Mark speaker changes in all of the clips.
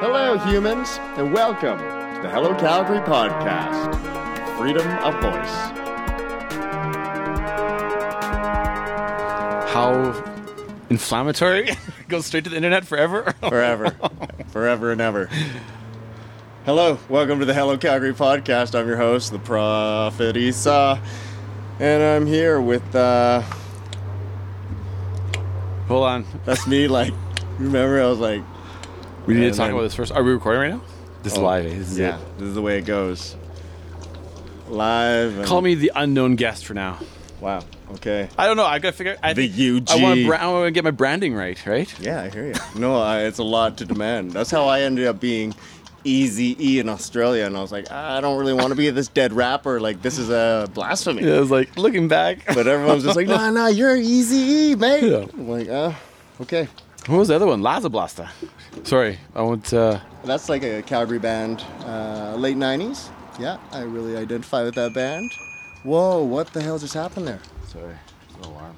Speaker 1: Hello, humans, and welcome to the Hello Calgary podcast Freedom of Voice.
Speaker 2: How inflammatory? Goes straight to the internet forever.
Speaker 1: Forever, forever and ever. Hello, welcome to the Hello Calgary podcast. I'm your host, the Prophet Esau, and I'm here with uh,
Speaker 2: Hold on.
Speaker 1: that's me. Like, remember, I was like,
Speaker 2: We need
Speaker 1: Yeah,
Speaker 2: to talk
Speaker 1: man.
Speaker 2: about this first. Are we recording right now? This is
Speaker 1: oh,
Speaker 2: live. eh? This is
Speaker 1: yeah,
Speaker 2: it.
Speaker 1: this is the way it goes. Live. And,
Speaker 2: Call me the unknown guest for now.
Speaker 1: Wow. Okay.
Speaker 2: I don't know. I gotta figure. I
Speaker 1: The
Speaker 2: think-
Speaker 1: UG.
Speaker 2: I want to. Bra- I want to get my branding right. Right.
Speaker 1: Yeah, I hear you. No, I, it's a lot to demand. That's how I ended up being Easy E in Australia, and I was like, "Ah, I don't really want to be this dead rapper. Like, this is a blasphemy.
Speaker 2: Yeah, I was like looking back.
Speaker 1: But everyone's just like, Nah, nah, you're Easy E, mate.
Speaker 2: Yeah.
Speaker 1: I'm like, uh, okay.
Speaker 2: what was the other one? Laza Blasta. Sorry, I went. Uh,
Speaker 1: That's like a Calgary band, uh, late '90s. Yeah, I really identify with that band. Whoa, what the hell just happened there?
Speaker 2: Sorry, it's an alarm.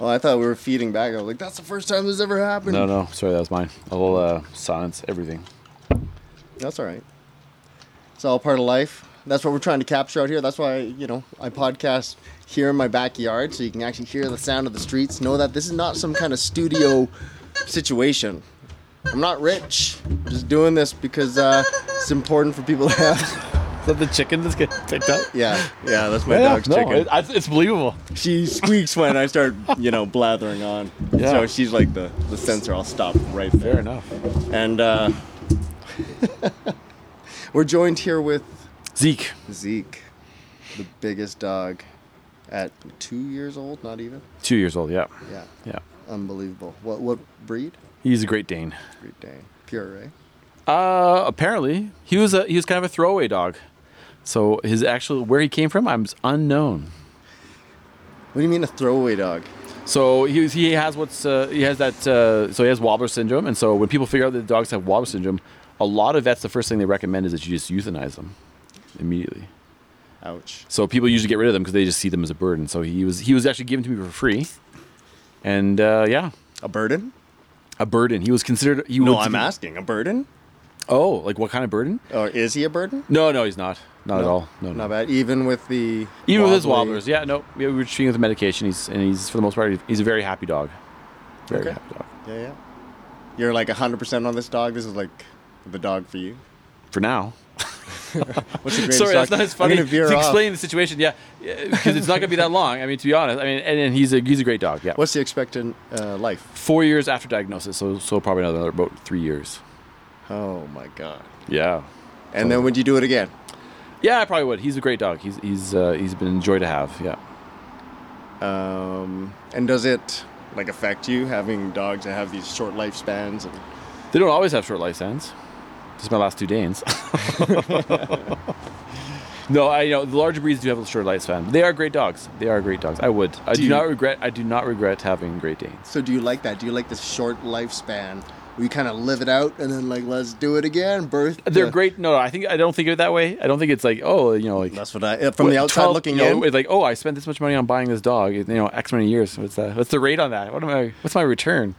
Speaker 1: Oh, I thought we were feeding back. I was like, that's the first time this ever happened.
Speaker 2: No, no. Sorry, that was mine. I'll uh, silence everything.
Speaker 1: That's all right. It's all part of life. That's what we're trying to capture out here. That's why, you know, I podcast here in my backyard so you can actually hear the sound of the streets. Know that this is not some kind of studio situation. I'm not rich. I'm just doing this because uh, it's important for people to have.
Speaker 2: Is that the chicken that's getting picked up?
Speaker 1: Yeah, yeah, that's my dog's
Speaker 2: no,
Speaker 1: chicken.
Speaker 2: it- I- it's believable.
Speaker 1: she squeaks when I start, you know, blathering on.
Speaker 2: Yeah.
Speaker 1: So she's like the, the sensor. I'll stop right there.
Speaker 2: Fair enough.
Speaker 1: And uh, we're joined here with
Speaker 2: Zeke.
Speaker 1: Zeke, the biggest dog at two years old, not even.
Speaker 2: Two years old, yeah.
Speaker 1: Yeah.
Speaker 2: Yeah.
Speaker 1: Unbelievable. What what breed?
Speaker 2: He's a Great Dane.
Speaker 1: Great Dane. Pure, eh?
Speaker 2: Uh, apparently he was a he was kind of a throwaway dog. So his actual where he came from, I'm s- unknown.
Speaker 1: What do you mean a throwaway dog?
Speaker 2: So he was, he has what's uh, he has that uh, so he has Wobbler syndrome, and so when people figure out that dogs have Wobbler syndrome, a lot of vets the first thing they recommend is that you just euthanize them immediately.
Speaker 1: Ouch.
Speaker 2: So people usually get rid of them because they just see them as a burden. So he was he was actually given to me for free, and uh, yeah,
Speaker 1: A burden?
Speaker 2: a burden. He was considered. He
Speaker 1: No,
Speaker 2: was-
Speaker 1: I'm asking. A burden?
Speaker 2: Oh, like what kind of burden?
Speaker 1: Or is he a burden?
Speaker 2: No, no, he's not. Not at all. No, no.
Speaker 1: Not bad. Even with the
Speaker 2: Even with his
Speaker 1: wobbly-
Speaker 2: wobblers, yeah, no, we we were treating him with medication. He's and he's for the most part, he's a very happy dog. Very
Speaker 1: Okay.
Speaker 2: happy dog.
Speaker 1: Yeah, yeah. You're like 100% on this dog. This is like the dog for you.
Speaker 2: For now.
Speaker 1: What's the greatest
Speaker 2: Sorry,
Speaker 1: dog?
Speaker 2: that's not as
Speaker 1: I'm
Speaker 2: funny.
Speaker 1: gonna veer
Speaker 2: to
Speaker 1: off.
Speaker 2: explain the situation, yeah, because it's not going to be that long. I mean, to be honest, I mean, and, and he's a he's a great dog. Yeah,
Speaker 1: What's the expected uh, life?
Speaker 2: four years after diagnosis, so so probably another about three years.
Speaker 1: Oh my god.
Speaker 2: Yeah, Oh.
Speaker 1: And then would you do it again?
Speaker 2: yeah, I probably would. He's a great dog. He's he's uh, he's been a joy to have. Yeah.
Speaker 1: Um, and does it like affect you having dogs that have these short lifespans? And
Speaker 2: They don't always have short lifespans. Just my last two Danes. no, I you know the larger breeds do have a short lifespan. They are great dogs. They are great dogs. I would. I
Speaker 1: Do
Speaker 2: do,
Speaker 1: you-
Speaker 2: not regret. I do not regret having Great Danes.
Speaker 1: so, do you like that? Do you like this short lifespan? We kind of live it out and then like let's do it again. Birth.
Speaker 2: They're
Speaker 1: the-
Speaker 2: great. No, I think I don't think of it that way. I don't think it's like oh you know like
Speaker 1: That's what I uh, from the
Speaker 2: what,
Speaker 1: outside
Speaker 2: 12
Speaker 1: looking
Speaker 2: you know,
Speaker 1: in.
Speaker 2: It's like oh I spent this much money on buying this dog. You know X many years. What's that? What's the rate on that? What am I? What's my return?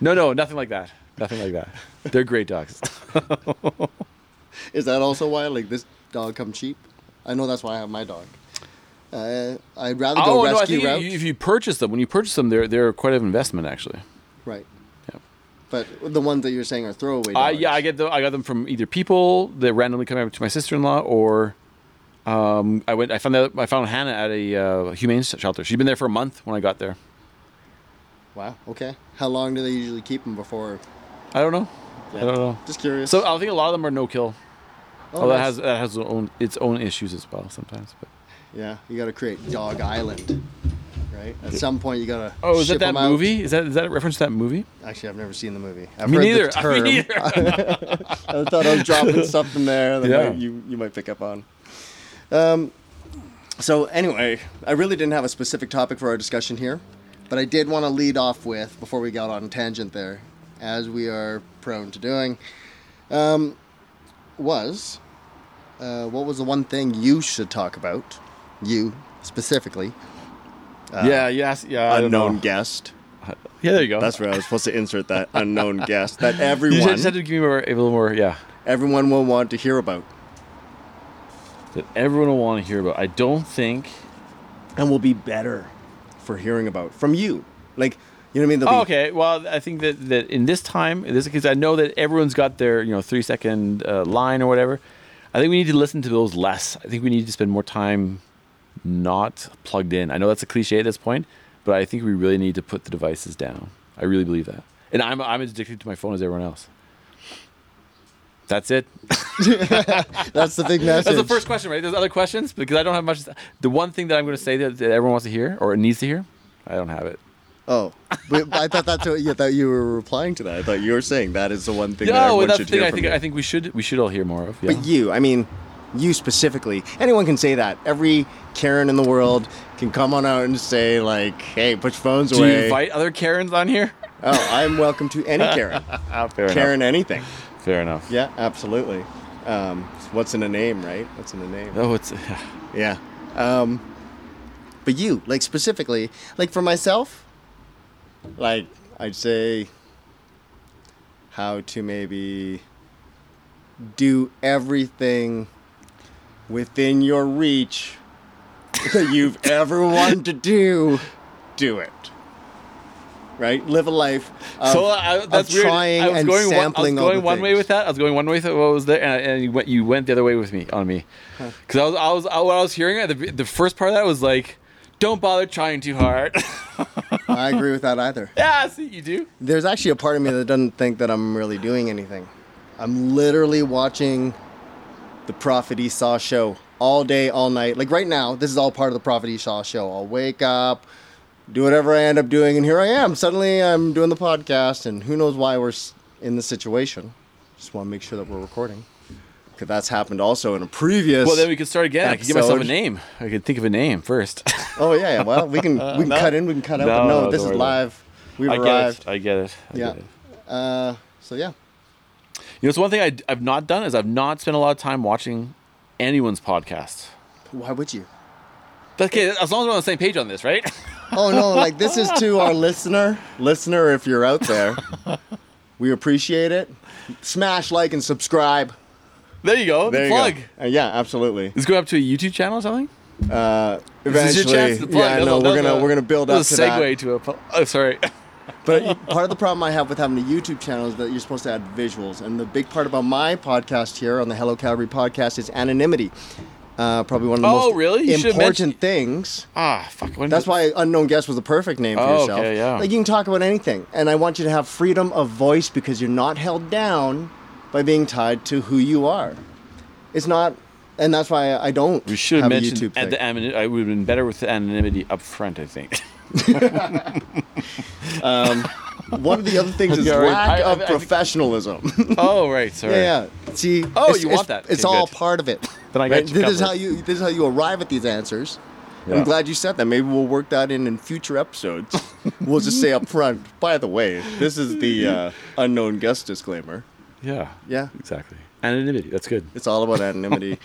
Speaker 2: No, no, nothing like that. Nothing like that. They're great dogs.
Speaker 1: Is that also why like this dog come cheap? I know that's why I have my dog. Uh, I'd rather go
Speaker 2: oh no, I
Speaker 1: rescue
Speaker 2: think you-
Speaker 1: route.
Speaker 2: you- if you purchase them, when you purchase them, they're they're quite an investment actually.
Speaker 1: right.
Speaker 2: Yeah.
Speaker 1: But the ones that you're saying are throwaway.
Speaker 2: I,
Speaker 1: Dogs.
Speaker 2: yeah, I get the, I got them from either people that randomly come up to my sister in law, or um, I went. I found out, I found Hannah at a uh, humane s- shelter. She'd been there for a month when I got there.
Speaker 1: Wow. Okay. How long do they usually keep them before?
Speaker 2: I don't know. I don't know.
Speaker 1: Just curious.
Speaker 2: So I think a lot of them are no kill.
Speaker 1: Oh,
Speaker 2: Oh, that
Speaker 1: nice.
Speaker 2: has that has its own its own issues as well sometimes. But
Speaker 1: Yeah, you got to create Dog Island, right? At some point, you got to.
Speaker 2: oh, is that that movie? Is that is that a reference to that movie?
Speaker 1: Actually, I've never seen the movie. I've
Speaker 2: Me
Speaker 1: heard
Speaker 2: neither.
Speaker 1: The
Speaker 2: I mean,
Speaker 1: term. Uh,
Speaker 2: neither.
Speaker 1: I thought I was dropping something there that
Speaker 2: Yeah.
Speaker 1: might, you you might pick up on. Um, so anyway, I really didn't have a specific topic for our discussion here, but I did want to lead off with before we got on tangent there, as we are prone to doing, um, was uh, what was the one thing you should talk about, you specifically,
Speaker 2: yeah. Yes. Yeah. I don't know.
Speaker 1: unknown guest.
Speaker 2: Yeah, there you go.
Speaker 1: That's where I was supposed to insert that unknown guest that
Speaker 2: you just
Speaker 1: everyone
Speaker 2: had to give me more, a little more. Yeah,
Speaker 1: everyone will want to hear about
Speaker 2: that everyone will want to hear about. I don't think.
Speaker 1: and will be better for hearing about from you. Like, you know what I mean? They'll
Speaker 2: Oh,
Speaker 1: be-
Speaker 2: okay. Well, I think that, that in this time, in this because I know that everyone's got their you know three second uh, line or whatever. I think we need to listen to those less. I think we need to spend more time not plugged in. I know that's a cliche at this point, but I think we really need to put the devices down. I really believe that. And I'm I'm as addicted to my phone as everyone else. That's it.
Speaker 1: That's the big message.
Speaker 2: That's the first question, right? There's other questions because I don't have much. The one thing that I'm going to say that, that everyone wants to hear or needs to hear, I don't have it.
Speaker 1: Oh, but I thought that's what, yeah, that you were replying to that. I thought you were saying that is the one thing that
Speaker 2: No,
Speaker 1: everyone
Speaker 2: oh, that's the
Speaker 1: should
Speaker 2: thing.
Speaker 1: hear
Speaker 2: I
Speaker 1: from
Speaker 2: think
Speaker 1: you.
Speaker 2: I think we should we should all hear more of. Yeah.
Speaker 1: But you, I mean, you specifically, anyone can say that. Every Karen in the world can come on out and say like, "Hey, put your phones
Speaker 2: Do you
Speaker 1: away."
Speaker 2: invite other Karens on here?
Speaker 1: oh, I'm welcome to any Karen,
Speaker 2: Oh, fair
Speaker 1: Karen anything.
Speaker 2: enough. Fair enough.
Speaker 1: Yeah, absolutely. Um, what's in a name, right? What's in a name?
Speaker 2: Oh, it's
Speaker 1: Yeah. Um, but you, like specifically, like for myself, like I'd say how to maybe do everything within your reach that you've ever wanted to do, do it. Right? Live a life of,
Speaker 2: so uh, I, that's
Speaker 1: of
Speaker 2: weird.
Speaker 1: trying
Speaker 2: I was
Speaker 1: and
Speaker 2: going one,
Speaker 1: sampling
Speaker 2: I was
Speaker 1: all
Speaker 2: going
Speaker 1: the
Speaker 2: one way
Speaker 1: things.
Speaker 2: with that. I was going one way with what was there, and, and you went you went the other way with me on me, because I was I was I, what I was hearing uh, the the first part of that was like, don't bother trying too hard.
Speaker 1: I agree with that either.
Speaker 2: yeah, I see you do.
Speaker 1: There's actually a part of me that doesn't think that I'm really doing anything. I'm literally watching the Prophet Esau show all day, all night. Like right now, this is all part of the Prophet Esau show. I'll wake up, do whatever I end up doing, and here I am. Suddenly I'm doing the podcast, and who knows why we're s- in this situation. Just want to make sure that we're recording. Because that's happened also in a previous.
Speaker 2: Well, then we could start again. I could give myself a
Speaker 1: Episode.
Speaker 2: name. I could think of a name first.
Speaker 1: oh, yeah, yeah. Well, we can, we can
Speaker 2: No.
Speaker 1: cut in, we can cut out,
Speaker 2: No,
Speaker 1: but no,
Speaker 2: no,
Speaker 1: this
Speaker 2: don't
Speaker 1: is
Speaker 2: worry about it.
Speaker 1: live. We've
Speaker 2: I get
Speaker 1: arrived.
Speaker 2: it. I get it. I
Speaker 1: Yeah.
Speaker 2: Get it.
Speaker 1: Uh, so, yeah.
Speaker 2: You know, it's one thing I, I've not done is I've not spent a lot of time watching anyone's podcast.
Speaker 1: Why would you?
Speaker 2: But okay, as long as we're on the same page on this, right?
Speaker 1: Oh no, like this is to our listener. Listener, if you're out there, we appreciate it. Smash like and subscribe.
Speaker 2: There you go.
Speaker 1: There
Speaker 2: the
Speaker 1: you
Speaker 2: plug.
Speaker 1: go. Uh, yeah, absolutely.
Speaker 2: It's going up to a YouTube channel or something.
Speaker 1: Uh,
Speaker 2: This
Speaker 1: eventually,
Speaker 2: is your chance to plug.
Speaker 1: yeah,
Speaker 2: That
Speaker 1: no,
Speaker 2: was-
Speaker 1: we're
Speaker 2: that was
Speaker 1: gonna
Speaker 2: a-
Speaker 1: we're gonna build
Speaker 2: that
Speaker 1: up
Speaker 2: was
Speaker 1: to
Speaker 2: a segue
Speaker 1: that.
Speaker 2: to a. pl- Oh, sorry.
Speaker 1: But part of the problem I have with having a YouTube channel is that you're supposed to add visuals, and the big part about my podcast here on the Hello Calgary podcast is anonymity. Uh, probably one of the
Speaker 2: Oh,
Speaker 1: most
Speaker 2: really? You should've
Speaker 1: important
Speaker 2: mentioned-
Speaker 1: things.
Speaker 2: Ah, fuck. When
Speaker 1: That's
Speaker 2: did-
Speaker 1: why unknown guest was the perfect name for
Speaker 2: Oh,
Speaker 1: yourself.
Speaker 2: okay, yeah.
Speaker 1: Like you can talk about anything, and I want you to have freedom of voice because you're not held down by being tied to who you are. It's not, and that's why I don't.
Speaker 2: we should have
Speaker 1: a
Speaker 2: mentioned
Speaker 1: YouTube
Speaker 2: at
Speaker 1: thing.
Speaker 2: the anonymity. I would have been better with the anonymity up front. I think.
Speaker 1: One of the other things is
Speaker 2: Yeah, right.
Speaker 1: lack
Speaker 2: I- I-
Speaker 1: of
Speaker 2: I think-
Speaker 1: professionalism.
Speaker 2: oh right, sorry.
Speaker 1: yeah, yeah. See.
Speaker 2: Oh,
Speaker 1: it's-
Speaker 2: you
Speaker 1: it's-
Speaker 2: want that.
Speaker 1: It's
Speaker 2: Okay,
Speaker 1: all
Speaker 2: good.
Speaker 1: part of it.
Speaker 2: Then I got you
Speaker 1: This is
Speaker 2: covered.
Speaker 1: how you. This is how you arrive at these answers.
Speaker 2: Yeah.
Speaker 1: I'm glad you said that. Maybe we'll work that in in future episodes. we'll just say up front. By the way, this is the uh, unknown guest disclaimer.
Speaker 2: Yeah.
Speaker 1: Yeah.
Speaker 2: Exactly. Anonymity. That's good.
Speaker 1: It's all about anonymity.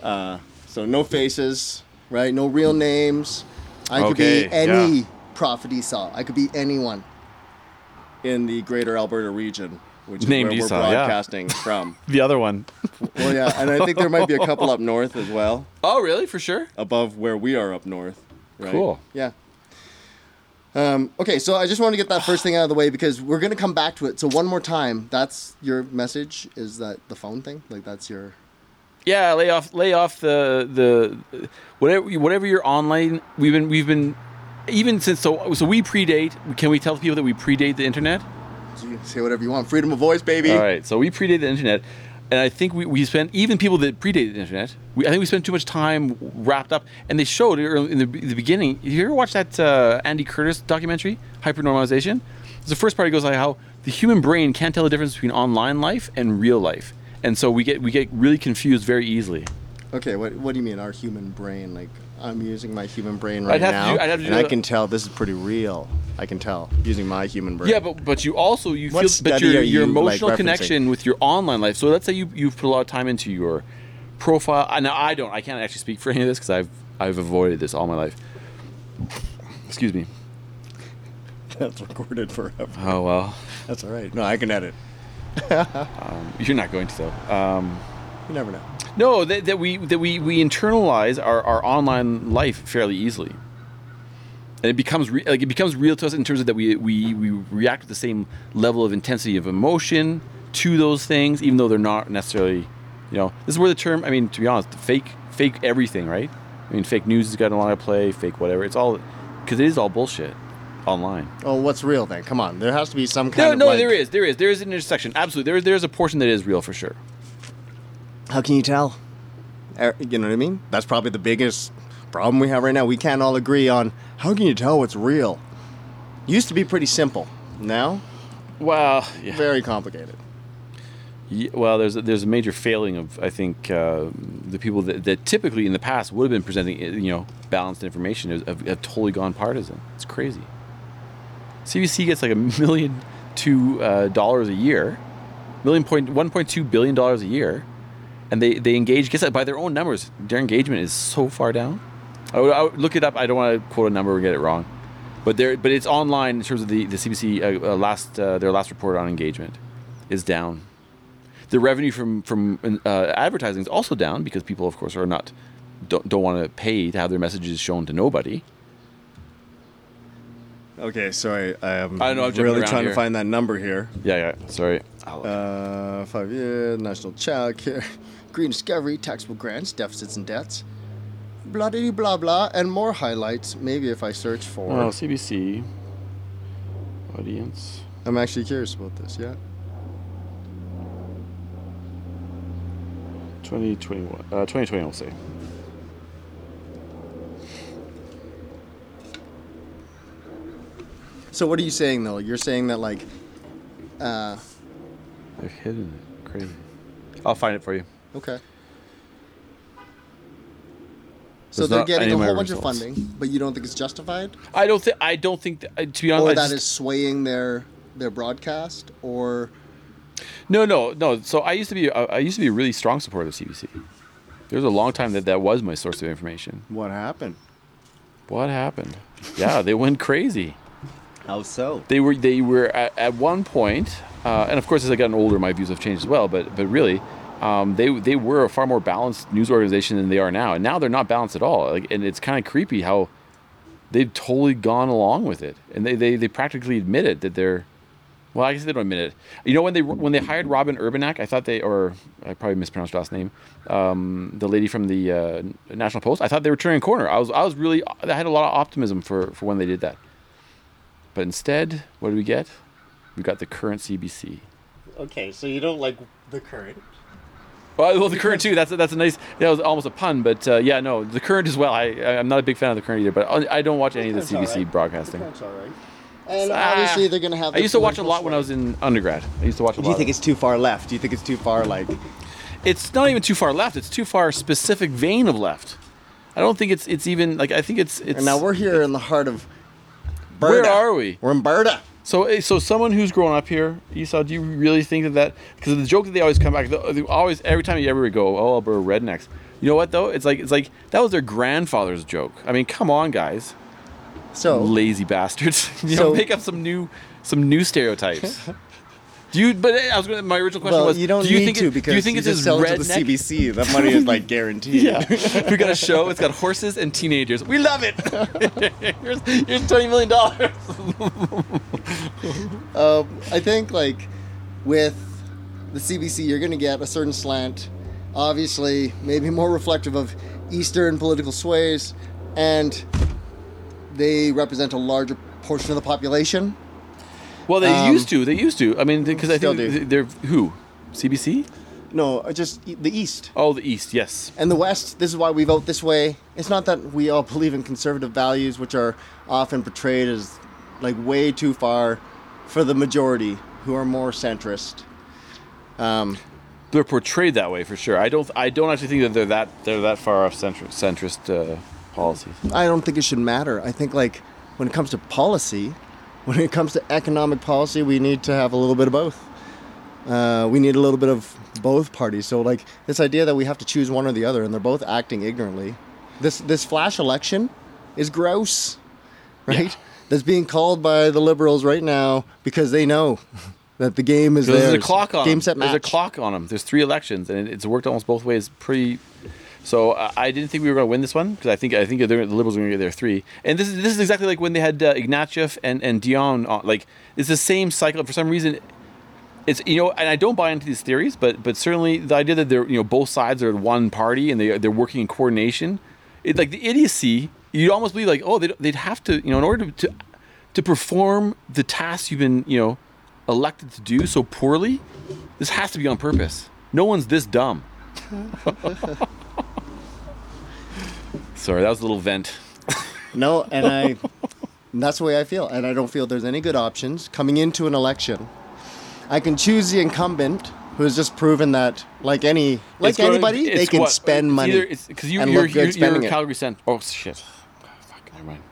Speaker 1: uh, so no faces, right? No real names. I could
Speaker 2: Okay,
Speaker 1: be any
Speaker 2: yeah.
Speaker 1: prophet Esau. I could be anyone in the greater Alberta region, which
Speaker 2: Named
Speaker 1: is where
Speaker 2: Esau,
Speaker 1: we're
Speaker 2: yeah.
Speaker 1: broadcasting from.
Speaker 2: The other one.
Speaker 1: Well, yeah, and I think there might be a couple up north as well,
Speaker 2: Oh really? For sure.
Speaker 1: above where we are up north. Right?
Speaker 2: Cool.
Speaker 1: Yeah. Um, okay, so I just want to get that first thing out of the way because we're gonna come back to it. So one more time, that's your message is that the phone thing? Like that's your
Speaker 2: Yeah, lay off, lay off the the whatever whatever you're online. We've been we've been even since so so we predate. Can we tell people that we predate the internet?
Speaker 1: So you can say whatever you want. Freedom of voice, baby.
Speaker 2: All right, so we predate the internet, and I think we, we spent even people that predate the internet. We, I think we spent too much time wrapped up, and they showed early in the, in the beginning. You ever watch that uh, Andy Curtis documentary, Hypernormalization? It's the first part. He goes like how the human brain can't tell the difference between online life and real life, and so we get we get really confused very easily.
Speaker 1: Okay, what, what do you mean, our human brain? Like, I'm using my human brain right
Speaker 2: I'd have to
Speaker 1: now.
Speaker 2: do- I'd have to
Speaker 1: and
Speaker 2: do
Speaker 1: I
Speaker 2: the-
Speaker 1: can tell this is pretty real. I can tell using my human brain.
Speaker 2: Yeah, but but you also you
Speaker 1: What
Speaker 2: feel but
Speaker 1: study
Speaker 2: your
Speaker 1: are you,
Speaker 2: your
Speaker 1: like,
Speaker 2: emotional
Speaker 1: referencing?
Speaker 2: connection with your online life. So let's say you you've put a lot of time into your profile. I- Now I don't. I can't actually speak for any of this because I've I've avoided this all my life. Excuse me.
Speaker 1: That's recorded forever.
Speaker 2: Oh well,
Speaker 1: That's all right. No, I can edit.
Speaker 2: um, you're not going to though. Um,
Speaker 1: You never know.
Speaker 2: no, that, that we that we we internalize our, our online life fairly easily, and it becomes re- like it becomes real to us in terms of that we we we react with the same level of intensity of emotion to those things, even though they're not necessarily, you know, this is where the term. I mean, to be honest, fake fake everything, right? I mean, fake news has gotten a lot of play. Fake whatever. It's all because it is all bullshit online.
Speaker 1: Oh, what's real then? Come on. There has to be some kind
Speaker 2: No,
Speaker 1: of
Speaker 2: no,
Speaker 1: like-
Speaker 2: there is, there is, there is an intersection. Absolutely, there is, there is a portion that is real for sure.
Speaker 1: How can you tell? Er, You know what I mean? That's probably the biggest problem we have right now. We can't all agree on how can you tell what's real. Used to be pretty simple. Now,
Speaker 2: Well, yeah.
Speaker 1: very complicated.
Speaker 2: Ye- Well, there's a, there's a major failing of I think uh, the people that, that typically in the past would have been presenting uh, you know balanced information have, have, have totally gone partisan. It's crazy. CBC gets like a million two uh, dollars a year, million point one point two billion dollars a year, and they they engage. Guess that by their own numbers, their engagement is so far down. I would, I would look it up. I don't want to quote a number or get it wrong, but there but it's online in terms of the the CBC uh, uh, last uh, their last report on engagement is down the revenue from from uh, advertising is also down because people, of course, are not don't, don't want to pay to have their messages shown to nobody.
Speaker 1: Okay, sorry. I am
Speaker 2: I know, I'm jumping
Speaker 1: really
Speaker 2: around
Speaker 1: trying
Speaker 2: here. Oh,
Speaker 1: to find that number here.
Speaker 2: Yeah, yeah. Sorry. I'll-
Speaker 1: Uh, five year, national child care, green discovery, taxable grants, deficits and debts, blah de blah blah, and more highlights. Maybe if I search for.
Speaker 2: oh, CBC audience.
Speaker 1: I'm actually curious about this. Yeah.
Speaker 2: 2021, uh, 2020, I'll say.
Speaker 1: So what are you saying though? You're saying that like, uh,
Speaker 2: They're hidden it. Crazy. I'll find it for you.
Speaker 1: okay. So
Speaker 2: There's
Speaker 1: they're
Speaker 2: not
Speaker 1: getting
Speaker 2: any
Speaker 1: a
Speaker 2: of my
Speaker 1: whole bunch of
Speaker 2: results.
Speaker 1: funding, but you don't think it's justified,
Speaker 2: I don't think. I don't think. That, uh, to be honest,
Speaker 1: or
Speaker 2: I
Speaker 1: that is
Speaker 2: just-
Speaker 1: swaying their their broadcast, or
Speaker 2: No, no, no. So I used to be. uh, I I used to be a really strong supporter of CBC. There was a long time that that was my source of information.
Speaker 1: what happened?
Speaker 2: What happened? Yeah, they went crazy.
Speaker 1: How so?
Speaker 2: they were they were at, at one point, uh, and of course as I gotten older, my views have changed as well. But but really, um, they they were a far more balanced news organization than they are now, and now they're not balanced at all. Like, and it's kind of creepy how they've totally gone along with it, and they, they they practically admit it that they're. Well, I guess they don't admit it. You know when they when they hired Robin Urbanak, I thought they or I probably mispronounced her last name, um, the lady from the uh, National Post. I thought they were turning a corner. I was I was really I had a lot of optimism for for when they did that. But instead, what do we get? We got the current CBC.
Speaker 3: Okay, so you don't like the current.
Speaker 2: Well, well the current too. That's that's a nice. That was almost a pun, but uh, yeah, no, the current as well. I I- I'm not a big fan of the current either, but I I don't watch any of the
Speaker 3: That's all
Speaker 2: CBC
Speaker 3: right. The
Speaker 2: broadcasting.
Speaker 3: current's all right.
Speaker 1: And
Speaker 2: Ah.
Speaker 1: obviously they're gonna have.
Speaker 2: I
Speaker 1: the
Speaker 2: used to watch a
Speaker 1: political
Speaker 2: lot when I
Speaker 1: sway.
Speaker 2: was in undergrad. I used to watch a
Speaker 1: Do
Speaker 2: lot.
Speaker 1: you think
Speaker 2: of-
Speaker 1: it's too far left? Do you think it's too far like?
Speaker 2: it's not even too far left. It's too far specific vein of left. I don't think it's it's even like I think it's it's.
Speaker 1: And now we're here in the heart of.
Speaker 2: Where
Speaker 1: Berta.
Speaker 2: are we?
Speaker 1: We're in Berta.
Speaker 2: So, eh, so someone who's grown up here, Esau, do you really think that that because the joke that they always come back, they they always every time you ever go, oh, Alberta rednecks. You know what though? It's like it's like that was their grandfather's joke. I mean, come on, guys,
Speaker 1: So
Speaker 2: lazy bastards. you know,
Speaker 1: Oh. So-
Speaker 2: make up some new some new stereotypes. do you? But eh, I was going. My original question
Speaker 1: well,
Speaker 2: was,
Speaker 1: you don't
Speaker 2: do you
Speaker 1: need
Speaker 2: think
Speaker 1: to
Speaker 2: it,
Speaker 1: because
Speaker 2: do you think it's
Speaker 1: just
Speaker 2: as
Speaker 1: sell
Speaker 2: redneck?
Speaker 1: it to the CBC. That money is like guaranteed.
Speaker 2: Yeah, we got a show. It's got horses and teenagers. We love it. here's, here's twenty million dollars.
Speaker 1: um, I think like with the CBC, you're going to get a certain slant, obviously maybe more reflective of Eastern political sways, and they represent a larger portion of the population.
Speaker 2: Well, they
Speaker 1: Um,
Speaker 2: used to. They used to. I mean, because I
Speaker 1: Still
Speaker 2: think
Speaker 1: do.
Speaker 2: th- they're who CBC.
Speaker 1: No, uh, just e- the East
Speaker 2: Oh, the East. Yes.
Speaker 1: and the West. This is why we vote this way. It's not that we all believe in conservative values, which are often portrayed as like way too far for the majority who are more centrist. Um,
Speaker 2: They're portrayed that way for sure. I don't. I don't actually think that they're that they're that far off centrist centrist uh, policies.
Speaker 1: I don't think it should matter. I think like when it comes to policy, when it comes to economic policy, we need to have a little bit of both. Uh, we need a little bit of both parties. So like this idea that we have to choose one or the other, and they're both acting ignorantly. This this flash election is gross, right? that's being called by the liberals right now because they know that the game is
Speaker 2: So
Speaker 1: there.
Speaker 2: there's a clock on
Speaker 1: Game
Speaker 2: 'em.
Speaker 1: set match.
Speaker 2: There's a clock on them. There's three elections, and it- it's worked almost both ways. Pretty. So I I didn't think we were going to win this one because I think I think they're- the Liberals are going to get their three. And this is this is exactly like when they had uh, Ignatieff and and Dion. On, like it's the same cycle. For some reason, it's you know, and I don't buy into these theories, but but certainly the idea that they're you know both sides are one party and they they're working in coordination, it, like the idiocy. You'd almost believe like, oh, they'd, they'd have to you know in order to, to to perform the tasks you've been you know elected to do so poorly, this has to be on purpose. No one's this dumb. Sorry, that was a little vent.
Speaker 1: No, and I that's the way I feel. And I don't feel there's any good options coming into an election. I can choose the incumbent who has just proven that like any like
Speaker 2: It's gonna-
Speaker 1: anybody, they
Speaker 2: it's
Speaker 1: can
Speaker 2: what-
Speaker 1: spend
Speaker 2: it's
Speaker 1: money.
Speaker 2: Either, it's because you,
Speaker 1: and
Speaker 2: you're,
Speaker 1: look
Speaker 2: you're,
Speaker 1: good spending
Speaker 2: you're
Speaker 1: it.
Speaker 2: Calgary Cent. Oh shit! Oh, fuck, never mind.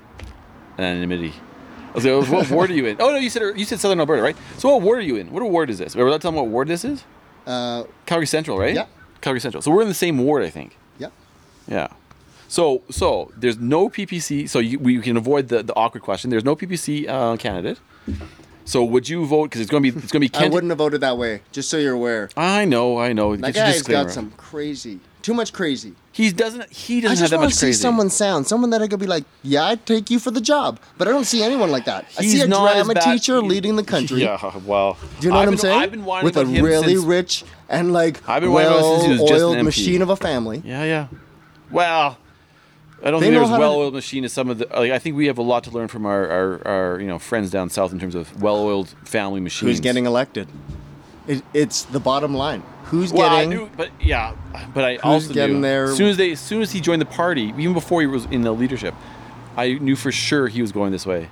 Speaker 2: Anonymity. I was like, what ward are you in? Oh no, you said you said Southern Alberta, right? So what ward are you in? What ward is this? Are we allowed to tell them what ward this is?
Speaker 1: uh,
Speaker 2: Calgary Central, right?
Speaker 1: Yeah.
Speaker 2: Calgary Central. So we're in the same ward, I think.
Speaker 1: yeah.
Speaker 2: Yeah. So so there's no PPC. So you, we can avoid the, the awkward question. There's no PPC uh, candidate. So would you vote? Because it's gonna be it's gonna be.
Speaker 1: I
Speaker 2: Kent-
Speaker 1: wouldn't have voted that way, just so you're aware.
Speaker 2: I know, I know.
Speaker 1: That
Speaker 2: Get your
Speaker 1: guy's
Speaker 2: disclaimer.
Speaker 1: got some crazy, too much crazy.
Speaker 2: He doesn't. He
Speaker 1: I
Speaker 2: doesn't have
Speaker 1: just
Speaker 2: that
Speaker 1: want
Speaker 2: much
Speaker 1: to see
Speaker 2: crazy.
Speaker 1: someone sound, someone that I could be like, yeah, I'd take you for the job. But I don't see anyone like that. I see
Speaker 2: He's
Speaker 1: a
Speaker 2: not as
Speaker 1: drama
Speaker 2: bad-
Speaker 1: teacher leading the country.
Speaker 2: Yeah, well,
Speaker 1: Do you know
Speaker 2: I've
Speaker 1: what I'm
Speaker 2: been-
Speaker 1: saying?
Speaker 2: I've been whining
Speaker 1: with a
Speaker 2: about him
Speaker 1: really
Speaker 2: since-
Speaker 1: rich and like
Speaker 2: I've been whining about him since he was just an
Speaker 1: well-oiled
Speaker 2: MP.
Speaker 1: machine of a family.
Speaker 2: Yeah, yeah. Well, I don't
Speaker 1: They
Speaker 2: think
Speaker 1: know
Speaker 2: they're as
Speaker 1: how to-
Speaker 2: well-oiled machine as some of the. Like, I think we have a lot to learn from our, our, our you know friends down south in terms of well-oiled family machines.
Speaker 1: Who's getting elected? It, it's the bottom line. Who's
Speaker 2: Well, I
Speaker 1: getting?
Speaker 2: knew, but yeah, but I also
Speaker 1: getting
Speaker 2: knew
Speaker 1: there?
Speaker 2: as soon as they, as soon as he joined the party, even before he was in the leadership, I knew for sure he was going this way.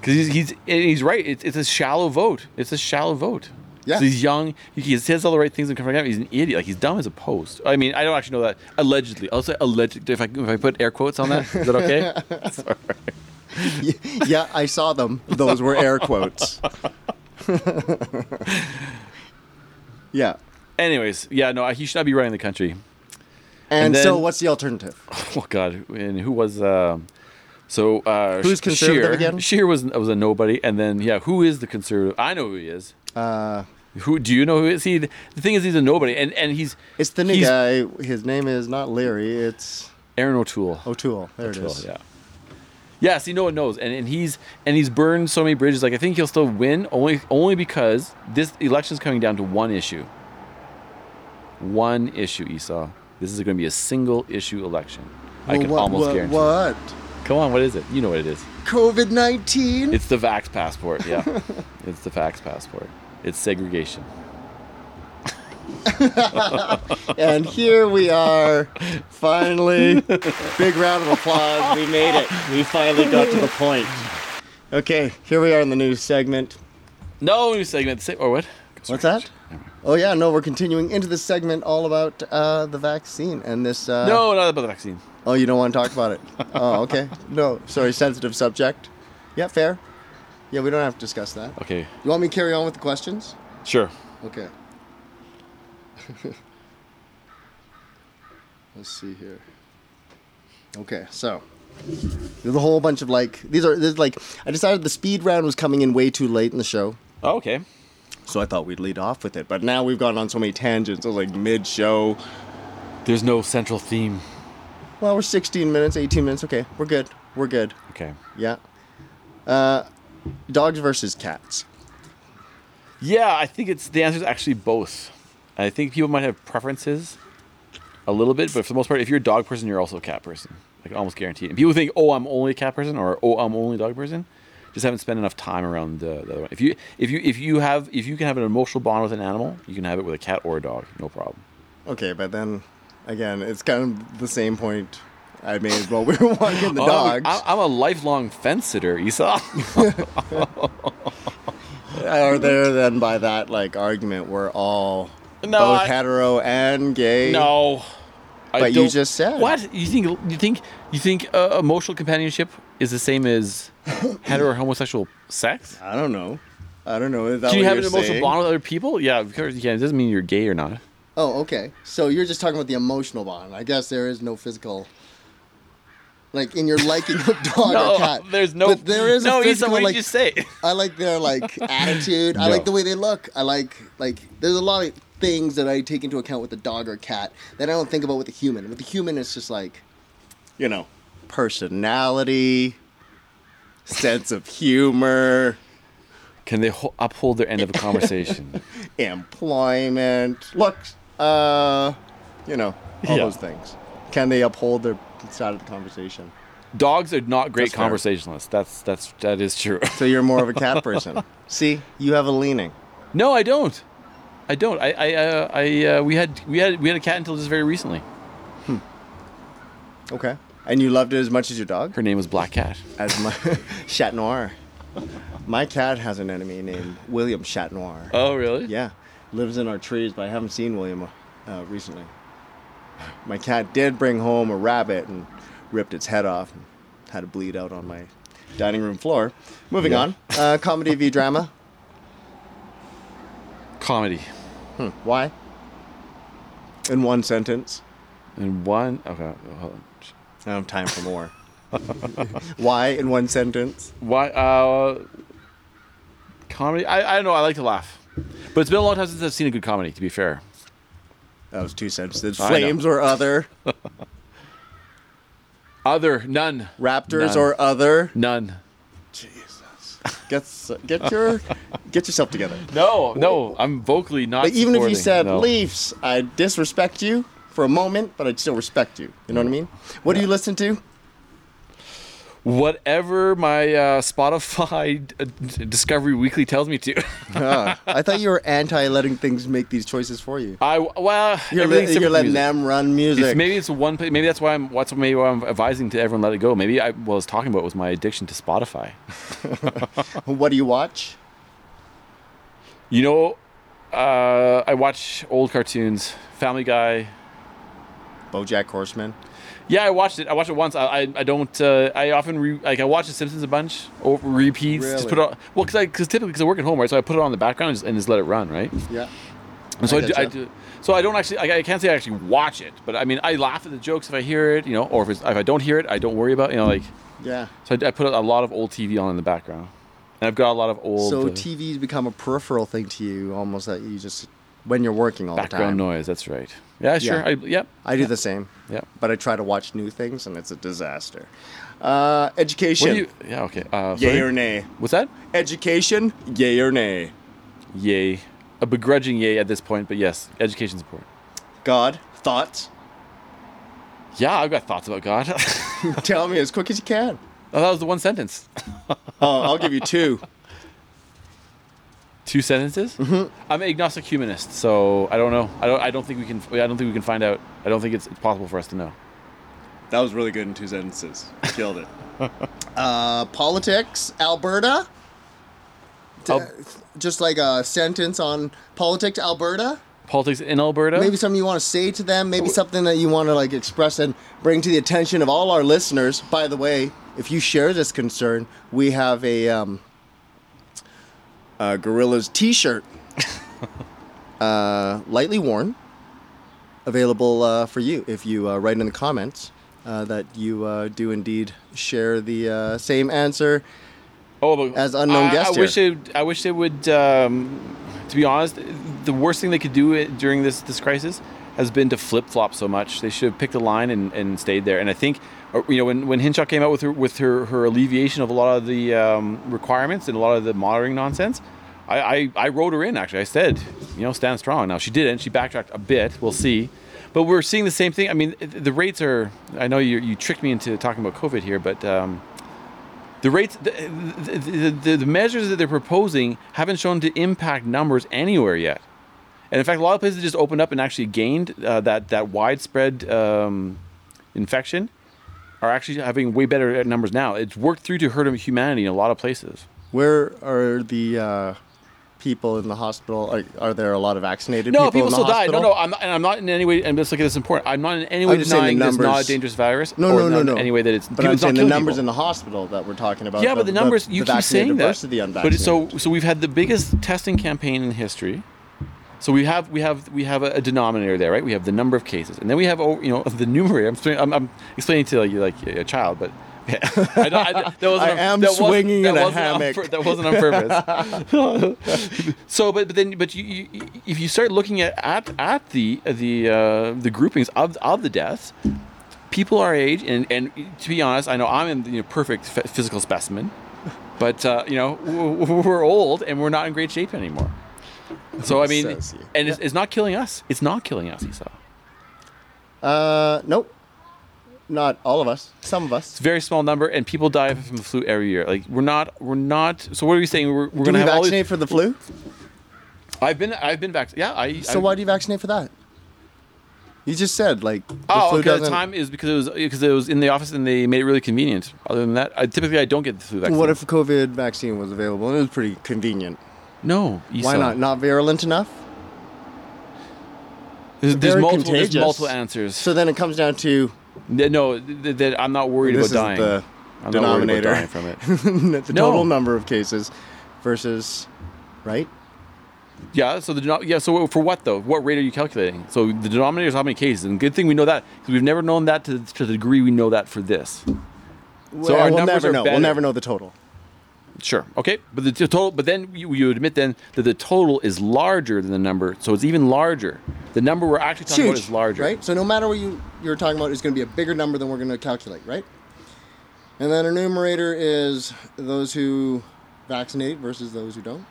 Speaker 2: Because he's he's, and he's right. It's, it's a shallow vote. It's a shallow vote.
Speaker 1: Yeah.
Speaker 2: So he's young. He, he says all the right things and coming out. He's an idiot. Like he's dumb as a post. I mean, I don't actually know that. Allegedly, I'll say alleged. If I if I put air quotes on that, is that okay?
Speaker 1: yeah, I saw them. Those were air quotes. yeah.
Speaker 2: Anyways, yeah, no, he should not be running the country.
Speaker 1: And,
Speaker 2: And
Speaker 1: so,
Speaker 2: then-
Speaker 1: what's the alternative?
Speaker 2: Oh God! And who was um, so? Uh,
Speaker 1: Who's
Speaker 2: Sh-
Speaker 1: conservative
Speaker 2: Scheer.
Speaker 1: again?
Speaker 2: Scheer was was a nobody, and then yeah, who is the conservative? I know who he is.
Speaker 1: Uh,
Speaker 2: Who do you know who? He is? See, the the thing is, he's a nobody, and and he's
Speaker 1: it's the new
Speaker 2: he's
Speaker 1: guy. His name is not Leary. It's
Speaker 2: Aaron O'Toole.
Speaker 1: O'Toole. There it
Speaker 2: O'Toole,
Speaker 1: is.
Speaker 2: yeah. Yeah, see, no one knows, and, and he's and he's burned so many bridges. Like I think he'll still win, only only because this election's coming down to one issue. One issue, Esau. This is going to be a single issue election. I
Speaker 1: Well,
Speaker 2: can
Speaker 1: what,
Speaker 2: almost
Speaker 1: what,
Speaker 2: guarantee. it.
Speaker 1: What?
Speaker 2: Come on, what is it? You know what it is.
Speaker 1: COVID nineteen.
Speaker 2: It's the vax passport. Yeah, it's the vax passport. It's segregation.
Speaker 1: And here we are, finally. Big round of applause.
Speaker 3: We made it. We finally got to the point.
Speaker 1: Okay, here we are in the news segment.
Speaker 2: No new segment. Say, or what?
Speaker 1: What's that? Oh yeah, no, we're continuing into this segment all about uh, the vaccine and this. Uh,
Speaker 2: No, not about the vaccine.
Speaker 1: Oh, you don't want to talk about it. oh, okay. No, sorry, sensitive subject. Yeah, fair. Yeah, we don't have to discuss that.
Speaker 2: Okay,
Speaker 1: You want me to carry on with the questions?
Speaker 2: sure.
Speaker 1: Okay. Let's see here. Okay, so there's a whole bunch of like these are there's like I decided the speed round was coming in way too late in the show,
Speaker 2: Oh, okay.
Speaker 1: so I thought we'd lead off with it. But now we've gone on so many tangents. I was like mid show.
Speaker 2: There's no central theme.
Speaker 1: Well, we're 16 minutes, 18 minutes. Okay, we're good. We're good.
Speaker 2: Okay.
Speaker 1: Yeah. Uh, dogs versus cats.
Speaker 2: Yeah, I think it's the answer is actually both. I think people might have preferences a little bit, but for the most part, if you're a dog person, you're also a cat person. I can almost guarantee it. And people think, oh, I'm only a cat person, or oh, I'm only a dog person. Just haven't spent enough time around the, the other one. If you if you if you have if you can have an emotional bond with an animal, you can have it with a cat or a dog, no problem.
Speaker 1: Okay, but then again, it's kind of the same point I made while we were walking the
Speaker 2: Oh,
Speaker 1: dogs.
Speaker 2: I'm, I'm a lifelong fence sitter, Esau.
Speaker 1: Are there then by that like argument we're all
Speaker 2: No,
Speaker 1: both
Speaker 2: I-
Speaker 1: hetero and gay?
Speaker 2: no, I
Speaker 1: But you
Speaker 2: don't-
Speaker 1: just said.
Speaker 2: what you think? You think you think uh, emotional companionship is the same as hetero or homosexual sex?
Speaker 1: I don't know. I don't know. Is that
Speaker 2: Can you
Speaker 1: what
Speaker 2: have an
Speaker 1: you're
Speaker 2: emotional
Speaker 1: saying?
Speaker 2: bond with other people? Yeah, of course. Yeah, it doesn't mean you're gay or not.
Speaker 1: Oh, okay. So you're just talking about the emotional bond. I guess there is no physical like in your liking of dog or cat.
Speaker 2: there's no.
Speaker 1: But there is
Speaker 2: no.
Speaker 1: a
Speaker 2: Isa,
Speaker 1: physical,
Speaker 2: what did
Speaker 1: like,
Speaker 2: you say?
Speaker 1: I like their like attitude. I
Speaker 2: No.
Speaker 1: like the way they look. I like like there's a lot of things that I take into account with a dog or cat that I don't think about with a human. With a human, it's just like you know personality, sense of humor,
Speaker 2: Can they ho- uphold their end of a conversation?
Speaker 1: employment, looks, uh, you know all
Speaker 2: Yeah.
Speaker 1: those things. Can they uphold their side of the conversation?
Speaker 2: Dogs are not great
Speaker 1: That's fair.
Speaker 2: conversationalists. That's that's that is true.
Speaker 1: So you're more of a cat person. See, you have a leaning.
Speaker 2: no, I don't. I don't. I I uh, I uh, we had we had we had a cat until just very recently.
Speaker 1: Okay. And you loved it as much as your dog?
Speaker 2: Her name was Black Cat.
Speaker 1: As my Chat Noir. My cat has an enemy named William Chat Noir.
Speaker 2: Oh really?
Speaker 1: Yeah. Lives in our trees, but I haven't seen William uh, recently. My cat did bring home a rabbit and ripped its head off and had it bleed out on my dining room floor. Moving on. Uh, comedy v drama.
Speaker 2: Comedy.
Speaker 1: Hmm. Why? In one sentence.
Speaker 2: And one. Okay. Hold on.
Speaker 1: I don't have time for more. Why in one sentence?
Speaker 2: Why? Uh, comedy. I I don't know. I like to laugh, but it's been a long time since I've seen a good comedy. To be fair.
Speaker 1: That was two sentences.
Speaker 2: I know.
Speaker 1: Flames or other.
Speaker 2: Other none.
Speaker 1: Raptors
Speaker 2: None.
Speaker 1: or other.
Speaker 2: None.
Speaker 1: Jesus. Get s- get your get yourself together.
Speaker 2: No, no, I'm vocally not.
Speaker 1: Like even if you
Speaker 2: supporting-
Speaker 1: said
Speaker 2: no.
Speaker 1: Leafs, I disrespect you for a moment, but I'd still respect you. You know what I mean? What do you listen to?
Speaker 2: whatever my uh, Spotify d- d- Discovery Weekly tells me to.
Speaker 1: Ah, I thought you were anti letting things make these choices for you.
Speaker 2: I well,
Speaker 1: You're,
Speaker 2: everything's
Speaker 1: let, you're
Speaker 2: different
Speaker 1: letting
Speaker 2: music.
Speaker 1: them run music.
Speaker 2: It's, maybe it's one. pla- Maybe that's why I'm. What's maybe why I'm advising to everyone let it go. Maybe I was talking about was my addiction to Spotify.
Speaker 1: what do you watch?
Speaker 2: You know, uh, I watch old cartoons, Family Guy.
Speaker 1: BoJack Horseman.
Speaker 2: Yeah, I watched it. I watched it once. I I, I don't. Uh, I often re, like I watch The Simpsons a bunch or repeats. Just put it
Speaker 1: Really?
Speaker 2: on. Well, because because typically because I work at home, right? So I put it on the background and just, and just let it run, right?
Speaker 1: Yeah.
Speaker 2: And so I,
Speaker 1: I
Speaker 2: do, I
Speaker 1: getcha.
Speaker 2: do. So I don't actually. I, I can't say I actually watch it, but I mean, I laugh at the jokes if I hear it, you know, or if, it's, if I don't hear it, I don't worry about, you know, like.
Speaker 1: Yeah.
Speaker 2: So I, I put a lot of old TV on in the background, and I've got a lot of old
Speaker 1: So
Speaker 2: uh,
Speaker 1: TV's become a peripheral thing to you, almost that you just when you're working all the
Speaker 2: background
Speaker 1: time.
Speaker 2: noise. That's right. Yeah, sure.
Speaker 1: Yeah.
Speaker 2: I, yep.
Speaker 1: I do the same.
Speaker 2: Yep.
Speaker 1: but I try to watch new things and it's a disaster. Uh, education.
Speaker 2: What do you? Yeah. Okay. Uh,
Speaker 1: yay
Speaker 2: sorry?
Speaker 1: or nay?
Speaker 2: What's that?
Speaker 1: Education, yay or nay?
Speaker 2: Yay. A begrudging yay at this point, but yes, education's important.
Speaker 1: God, thoughts?
Speaker 2: Yeah, I've got thoughts about God. oh,
Speaker 1: Tell me as quick as you can.
Speaker 2: that was the one sentence.
Speaker 1: Oh, I'll give you two.
Speaker 2: Two sentences. Mm-hmm. I'm an agnostic humanist, so I don't know. I don't. I don't think we can. I don't think we can find out. I don't think it's, it's possible for us to know.
Speaker 1: That was really good in two sentences. Killed it. uh, politics, Alberta? D-
Speaker 2: Al-
Speaker 1: Just like a sentence on politics, Alberta?
Speaker 2: politics in Alberta.
Speaker 1: Maybe something you want to say to them, maybe something that you want to like express and bring to the attention of all our listeners. By the way, if you share this concern, we have a, um, a Gorillas T-shirt, uh, lightly worn, available uh, for you if you uh, write in the comments uh, that you uh, do indeed share the uh, same answer.
Speaker 2: oh, but
Speaker 1: as unknown
Speaker 2: I,
Speaker 1: guest
Speaker 2: I
Speaker 1: here.
Speaker 2: wish it. I wish they would. Um, to be honest, the worst thing they could do it- during this this crisis has been to flip flop so much. They should have picked a line and, and stayed there. And I think, uh, you know, when, when Hinshaw came out with her with her, her alleviation of a lot of the um, requirements and a lot of the monitoring nonsense. I, I, I wrote her in actually. I said, you know, stand strong. Now she didn't. She backtracked a bit. We'll see. But we're seeing the same thing. I mean, the rates are. I know you, you tricked me into talking about COVID here, but um, the rates, the, the, the, the, the measures that they're proposing haven't shown to impact numbers anywhere yet. And in fact, a lot of places just opened up and actually gained uh, that, that widespread um, infection are actually having way better uh, numbers now. It's worked through to hurt humanity in a lot of places.
Speaker 1: Where are the uh, people in the hospital? Are, are there a lot of vaccinated
Speaker 2: No,
Speaker 1: people,
Speaker 2: people
Speaker 1: in the
Speaker 2: still died.
Speaker 1: hospital?
Speaker 2: No, no, I'm not, and I'm not in any way. And let's look at this important. I'm not in any way
Speaker 1: I'm just saying the
Speaker 2: denying this is not a
Speaker 1: numbers-
Speaker 2: dangerous virus.
Speaker 1: No,
Speaker 2: or
Speaker 1: no,
Speaker 2: not
Speaker 1: no,
Speaker 2: in
Speaker 1: no.
Speaker 2: Any way that it's
Speaker 1: But I'm
Speaker 2: it's not
Speaker 1: saying the
Speaker 2: killing
Speaker 1: numbers
Speaker 2: people.
Speaker 1: in the hospital that we're talking about.
Speaker 2: Yeah, but the numbers you
Speaker 1: the
Speaker 2: keep
Speaker 1: vaccinated
Speaker 2: saying that.
Speaker 1: versus the
Speaker 2: but it's
Speaker 1: unvaccinated.
Speaker 2: so so we've had the biggest testing campaign in history. So we have we have we have a denominator there, right? We have the number of cases, and then we have oh, you know the numerator. I'm, explaining- I'm, I'm explaining to you like a child, but yeah. I, don't- I, that wasn't
Speaker 1: I
Speaker 2: on-
Speaker 1: am
Speaker 2: that wasn't-
Speaker 1: swinging
Speaker 2: that
Speaker 1: in a
Speaker 2: wasn't on
Speaker 1: hammock.
Speaker 2: pur- that wasn't on purpose. so, but but then but you, you if you start looking at at, at the the uh, the groupings of of the deaths, people our age, and and to be honest, I know I'm in the you know, perfect f- physical specimen, but uh, you know w- w- we're old and we're not in great shape anymore. So I mean,
Speaker 1: Says you.
Speaker 2: and it's, it's not killing us. It's not killing us, Esau.
Speaker 1: Uh, nope. Not all of us. Some of us.
Speaker 2: It's a very small number, and people die from the flu every year. Like we're not, we're not. So what are we saying? We're, we're
Speaker 1: Do
Speaker 2: going to
Speaker 1: we
Speaker 2: have all these.
Speaker 1: vaccinate for the flu?
Speaker 2: I've been, I've been vaccinated. Yeah, I.
Speaker 1: So
Speaker 2: I,
Speaker 1: why do you vaccinate for that? You just said like the
Speaker 2: Oh,
Speaker 1: flu
Speaker 2: okay. The
Speaker 1: doesn't.
Speaker 2: time is because it was because it was in the office and they made it really convenient. Other than that, I, typically I don't get the flu vaccine.
Speaker 1: What if a COVID vaccine was available and it was pretty convenient?
Speaker 2: No.
Speaker 1: Why
Speaker 2: Esau.
Speaker 1: not? Not virulent enough.
Speaker 2: There's, there's
Speaker 1: Very
Speaker 2: multiple. There's
Speaker 1: contagious.
Speaker 2: multiple answers.
Speaker 1: So then it comes down to
Speaker 2: Th- no, th- that I'm not worried
Speaker 1: this is
Speaker 2: about dying.
Speaker 1: the
Speaker 2: I'm not worried
Speaker 1: denominator
Speaker 2: about dying from it.
Speaker 1: the
Speaker 2: No.
Speaker 1: total number of cases versus right.
Speaker 2: Yeah. So the denom- yeah. So for what though? What rate are you calculating? So the denominator is how many cases, and good thing we know that because we've never known that to, to the degree we know that for this. So our
Speaker 1: we'll
Speaker 2: numbers
Speaker 1: never
Speaker 2: are
Speaker 1: know.
Speaker 2: better.
Speaker 1: We'll never know the total.
Speaker 2: Sure. Okay. But the t- total. But then you, you admit then that the total is larger than the number, so it's even larger. The number we're actually talking about is larger.
Speaker 1: right? So no matter what you you're talking about, it's going to be a bigger number than we're going to calculate, right? And then our numerator is those who vaccinate versus those who don't,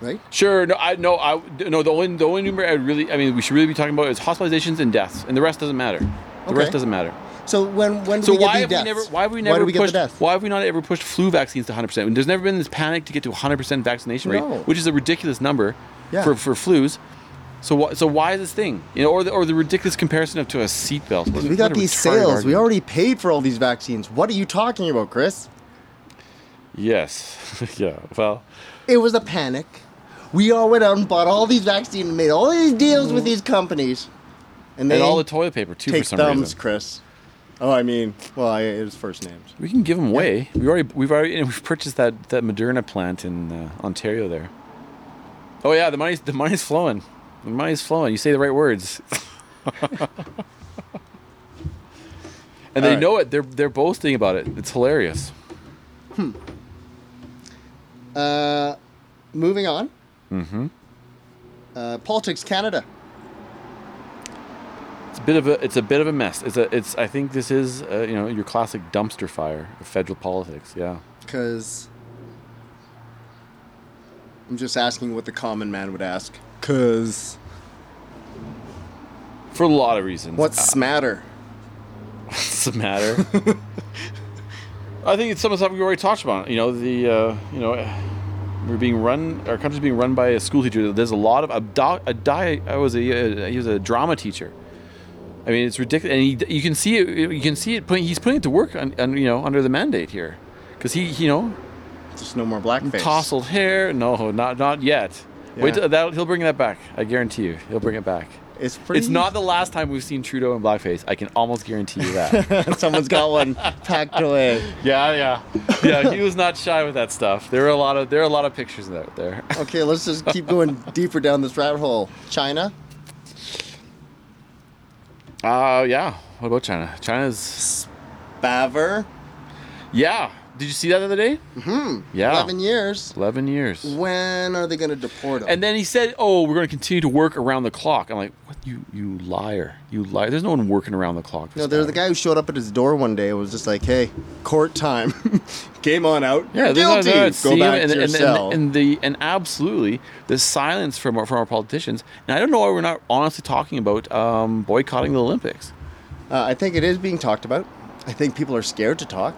Speaker 1: right?
Speaker 2: Sure. No. I no. I no. The only the only number I really. I mean, we should really be talking about is hospitalizations and deaths, and the rest doesn't matter. The
Speaker 1: Okay.
Speaker 2: rest doesn't matter.
Speaker 1: So when when do
Speaker 2: So
Speaker 1: we get
Speaker 2: why
Speaker 1: the
Speaker 2: have
Speaker 1: deaths?
Speaker 2: we never why have we never
Speaker 1: do we get the
Speaker 2: pushed
Speaker 1: death?
Speaker 2: why have we not ever pushed flu vaccines to 100 percent? There's never been this panic to get to 100 percent vaccination rate,
Speaker 1: No.
Speaker 2: which is a ridiculous number
Speaker 1: Yeah.
Speaker 2: for, for flus. So why so why is this thing? You know, or the, or the ridiculous comparison of to a seatbelt. What a-
Speaker 1: We got
Speaker 2: what a
Speaker 1: these
Speaker 2: retarded
Speaker 1: sales. We
Speaker 2: argument.
Speaker 1: already paid for all these vaccines. What are you talking about, Chris?
Speaker 2: yes yeah well
Speaker 1: It was a panic. We all went out and bought all these vaccines and made all these deals with these companies. And they
Speaker 2: and all the toilet paper too for
Speaker 1: take
Speaker 2: some
Speaker 1: thumbs,
Speaker 2: reason.
Speaker 1: Chris. Oh, I mean, well, I, it was first names.
Speaker 2: We can give them away. We already we've already and we've purchased that that Moderna plant in uh, Ontario there. Oh yeah, the money's the money's flowing. The money's flowing. You say the right words. and they
Speaker 1: Alright.
Speaker 2: know it. They're they're boasting about it. It's hilarious.
Speaker 1: Uh, moving on. Mm-hmm. Uh, politics Canada.
Speaker 2: It's a bit of a it's a bit of a mess. It's a it's I think this is uh, you know your classic dumpster fire of federal politics. Yeah.
Speaker 1: Because I'm just asking what the common man would ask. Because
Speaker 2: For a lot of reasons.
Speaker 1: what's the matter?
Speaker 2: What's the matter? I think it's some of the stuff we already talked about. You know, the uh, you know, we're being run. Our country's being run by a school teacher. There's a lot of a, doc, a di, I was a, uh he was a drama teacher. I mean, it's ridiculous, and he, you can see it. You can see it. Putting, he's putting it to work, on, on, you know, under the mandate here, because he, you know,
Speaker 1: Just no more blackface.
Speaker 2: tousled hair. No, not not yet. Wait,
Speaker 1: Yeah.
Speaker 2: till- that he'll bring that back. I guarantee you, he'll bring it back.
Speaker 1: It's pretty.
Speaker 2: It's not the last time we've seen Trudeau in blackface. I can almost guarantee you that.
Speaker 1: Someone's got one packed away.
Speaker 2: Yeah, yeah, yeah. He was not shy with that stuff. There were a lot of there are a lot of pictures out there.
Speaker 1: Okay, let's just keep going deeper down this rabbit hole. China,
Speaker 2: Uh, yeah. What about China? China's
Speaker 1: Baver,
Speaker 2: yeah. Did you see that the other day? Mm-hmm. Yeah.
Speaker 1: 11 years.
Speaker 2: Eleven years.
Speaker 1: When are they going to deport him?
Speaker 2: And then he said, "Oh, we're going to continue to work around the clock." I'm like, "What? You you liar! You liar! There's no one working around the clock." this
Speaker 1: no, there's
Speaker 2: time.
Speaker 1: the guy who showed up at his door one day and was just like, hey, court time. Game on out.
Speaker 2: Yeah,
Speaker 1: You're
Speaker 2: there's
Speaker 1: guilty.
Speaker 2: not- there's not-
Speaker 1: Go
Speaker 2: see,
Speaker 1: back
Speaker 2: and,
Speaker 1: to your
Speaker 2: and, and-
Speaker 1: cell.
Speaker 2: and the and absolutely the silence from our, from our politicians. And I don't know why we're not honestly talking about um, boycotting the Olympics.
Speaker 1: Uh, I think it is being talked about. I think people are scared to talk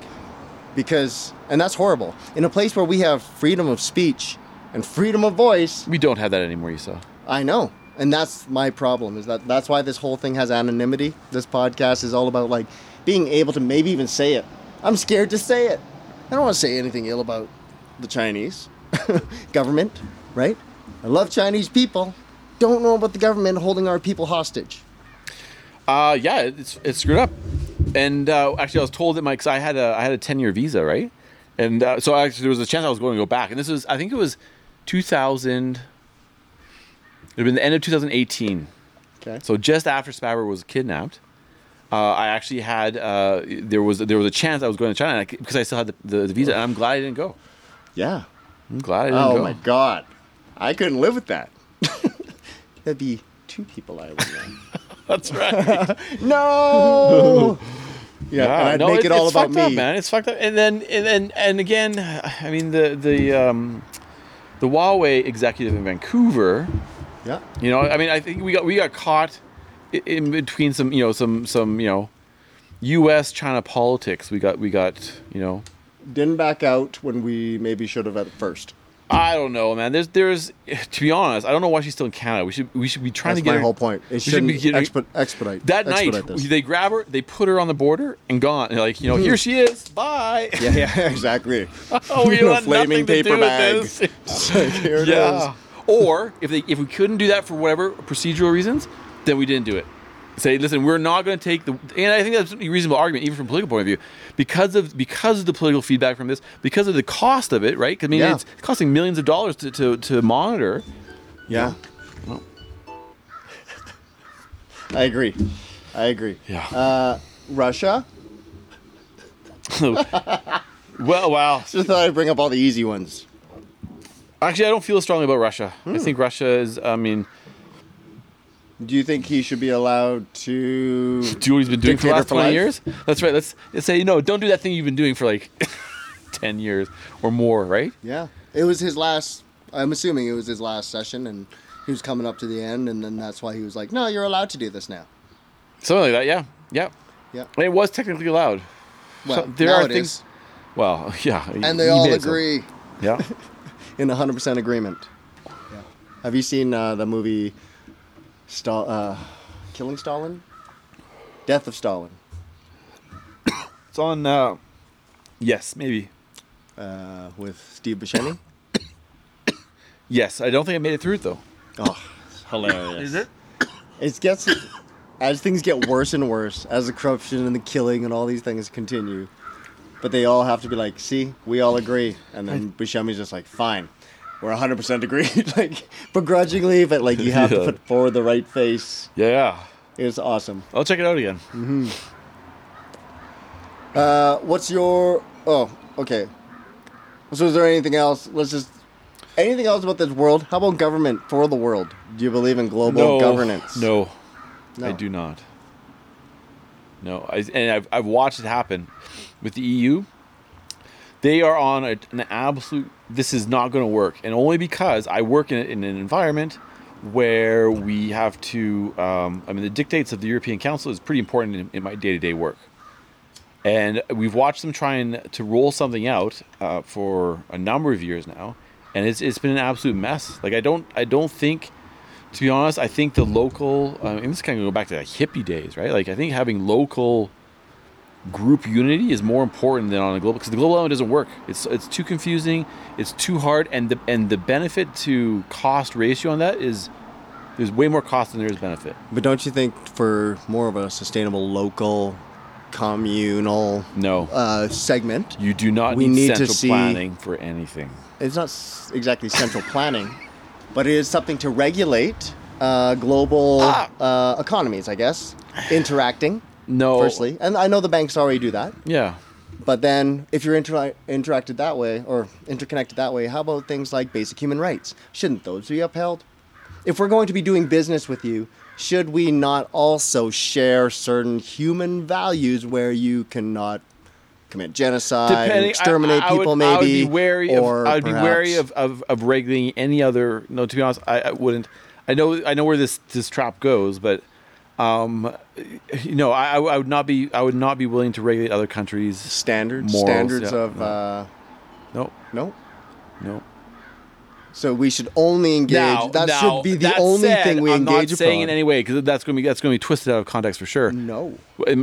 Speaker 1: because, and that's horrible. In a place where we have freedom of speech and freedom of voice,
Speaker 2: We don't have that anymore, you saw.
Speaker 1: I know. And that's my problem is that that's why this whole thing has anonymity. This podcast is all about like being able to maybe even say it. I'm scared to say it. I don't want to say anything ill about the Chinese government, right? I love Chinese people. Don't know about the government holding our people hostage.
Speaker 2: Uh, yeah, it's it's screwed up. And uh, actually, I was told that my cause I had a I had a ten year visa, right? And uh, so actually, there was a chance I was going to go back. And this was I think it was two thousand It had been the end of 2018.
Speaker 1: Okay.
Speaker 2: So just after Spabber was kidnapped, uh, I actually had uh, there was there was a chance I was going to China and I c- because I still had the, the, the visa, and I'm glad I didn't go.
Speaker 1: yeah.
Speaker 2: I'm glad I didn't
Speaker 1: Oh
Speaker 2: go.
Speaker 1: my god, I couldn't live with that. That'd be two people I would. know.
Speaker 2: That's right.
Speaker 1: no. Yeah, and I'd
Speaker 2: no,
Speaker 1: make it, all
Speaker 2: it's
Speaker 1: about
Speaker 2: fucked up,
Speaker 1: me.
Speaker 2: man. It's fucked up. And then and then and again, I mean the the um, the Huawei executive in Vancouver.
Speaker 1: Yeah.
Speaker 2: You know, I mean, I think we got we got caught i- in between some, you know, some some, you know, U.S. China politics. We got we got, you know,
Speaker 1: Didn't back out when we maybe should have at first.
Speaker 2: I don't know, man. There's there's to be honest, I don't know why she's still in Canada. We should we should be trying
Speaker 1: That's
Speaker 2: to get
Speaker 1: my
Speaker 2: her-
Speaker 1: whole point. It
Speaker 2: should
Speaker 1: shouldn't
Speaker 2: be getting-
Speaker 1: expe- expedite.
Speaker 2: That
Speaker 1: expedite
Speaker 2: night,
Speaker 1: this. Hmm.
Speaker 2: they grab her, they put her on the border, and gone. And like, you know, here she is. Bye.
Speaker 1: Yeah, yeah, exactly.
Speaker 2: Oh, we
Speaker 1: In a
Speaker 2: had nothing to do with this.
Speaker 1: It's like, here it
Speaker 2: yeah.
Speaker 1: is.
Speaker 2: or if they if we couldn't do that for whatever procedural reasons, then we didn't do it. Say, listen, we're not going to take the, and I think that's a reasonable argument, even from a political point of view, because of because of the political feedback from this, because of the cost of it, right? 'Cause, I mean,
Speaker 1: Yeah.
Speaker 2: it's costing millions of dollars to to, to monitor.
Speaker 1: Yeah. I agree. I agree.
Speaker 2: Yeah.
Speaker 1: Uh, Russia.
Speaker 2: well, wow.
Speaker 1: Just thought I'd bring up all the easy ones.
Speaker 2: Actually, I don't feel strongly about Russia.
Speaker 1: Hmm.
Speaker 2: I think Russia is. I mean,
Speaker 1: Do you think he should be allowed to?
Speaker 2: do what he's been doing for the
Speaker 1: Dictator
Speaker 2: last
Speaker 1: for
Speaker 2: 20
Speaker 1: life.
Speaker 2: years. That's right. Let's, let's say, no, don't do that thing you've been doing for like 10 years or more, right?
Speaker 1: Yeah. It was his last. I'm assuming it was his last session, and he was coming up to the end, and then that's why he was like, "No, you're allowed to do this now."
Speaker 2: Something like that, yeah. Yeah.
Speaker 1: Yeah.
Speaker 2: And it was technically allowed.
Speaker 1: Well,
Speaker 2: So there
Speaker 1: now
Speaker 2: are
Speaker 1: it
Speaker 2: things-
Speaker 1: is.
Speaker 2: Well, yeah.
Speaker 1: and they
Speaker 2: you
Speaker 1: all
Speaker 2: made it so.
Speaker 1: agree
Speaker 2: Yeah.
Speaker 1: in 100 percent agreement. Have you seen uh, the movie Stal- uh, Killing Stalin? Death of Stalin.
Speaker 2: it's on, uh, yes, maybe.
Speaker 1: uh, with Steve Buscemi.
Speaker 2: Yes. I don't think I made it through it, though.
Speaker 1: oh,
Speaker 3: Hilarious. Is it?
Speaker 1: it gets as things get worse and worse as the corruption and the killing and all these things continue. But they all have to be like, see, we all agree, and then Buscemi's just like, fine, we're 100 percent agreed, like begrudgingly, but like you have to
Speaker 2: Yeah.
Speaker 1: put forward the right face.
Speaker 2: Yeah. yeah.
Speaker 1: It was awesome.
Speaker 2: I'll check it out again.
Speaker 1: Uh, what's your? Oh, okay. So is there anything else? Let's just. Anything else about this world? How about government for the world? Do you believe in global governance?
Speaker 2: No,
Speaker 1: No.
Speaker 2: I do not. No, I, and I've, I've watched it happen with the EU. They are on a, an absolute. This is not going to work, and only because I work in, in an environment where we have to. Um, I mean, the dictates of the European Council is pretty important in, in my day to day work, and we've watched them trying to roll something out uh, for a number of years now, and it's it's been an absolute mess. Like I don't I don't think to be honest, I think the local, uh, and this kind of go back to like hippie days, right? Like, I think having local group unity is more important than on a global, because the global element doesn't work. It's it's too confusing, it's too hard, and the and the benefit to cost ratio on that is there's way more cost than there is benefit.
Speaker 1: But don't you think for more of a sustainable local communal
Speaker 2: No,
Speaker 1: uh, segment,
Speaker 2: you do not
Speaker 1: we
Speaker 2: need,
Speaker 1: need to
Speaker 2: central
Speaker 1: see-
Speaker 2: planning for anything.
Speaker 1: it's not s- exactly central planning, but it is something to regulate uh, global
Speaker 2: Ah.
Speaker 1: uh, economies, I guess, interacting.
Speaker 2: No,
Speaker 1: Firstly, and I know the banks already do that,
Speaker 2: yeah,
Speaker 1: but then if you're inter- interacted that way or interconnected that way, how about things like basic human rights? Shouldn't those be upheld? If we're going to be doing business with you, should we not also share certain human values where you cannot commit genocide, and
Speaker 2: Depending- I-
Speaker 1: exterminate
Speaker 2: I, I
Speaker 1: people
Speaker 2: would,
Speaker 1: maybe,
Speaker 2: I would be wary
Speaker 1: or
Speaker 2: of, I would be wary
Speaker 1: perhaps-
Speaker 2: of, of, of regulating any other. No, to be honest, I, I wouldn't. I know I know where this, this trap goes, but um, you know, I, I would- I would not be I would not be willing to regulate other countries.
Speaker 1: standards,
Speaker 2: morals,
Speaker 1: standards
Speaker 2: yeah,
Speaker 1: of
Speaker 2: no.
Speaker 1: uh,
Speaker 2: No,
Speaker 1: no.
Speaker 2: no.
Speaker 1: So we should only engage.
Speaker 2: Now-
Speaker 1: that
Speaker 2: now,
Speaker 1: should be the
Speaker 2: that
Speaker 1: only
Speaker 2: said,
Speaker 1: thing we
Speaker 2: I'm
Speaker 1: engage
Speaker 2: not saying
Speaker 1: upon.
Speaker 2: in any way because that's going to be that's going to be twisted out of context for sure.
Speaker 1: no.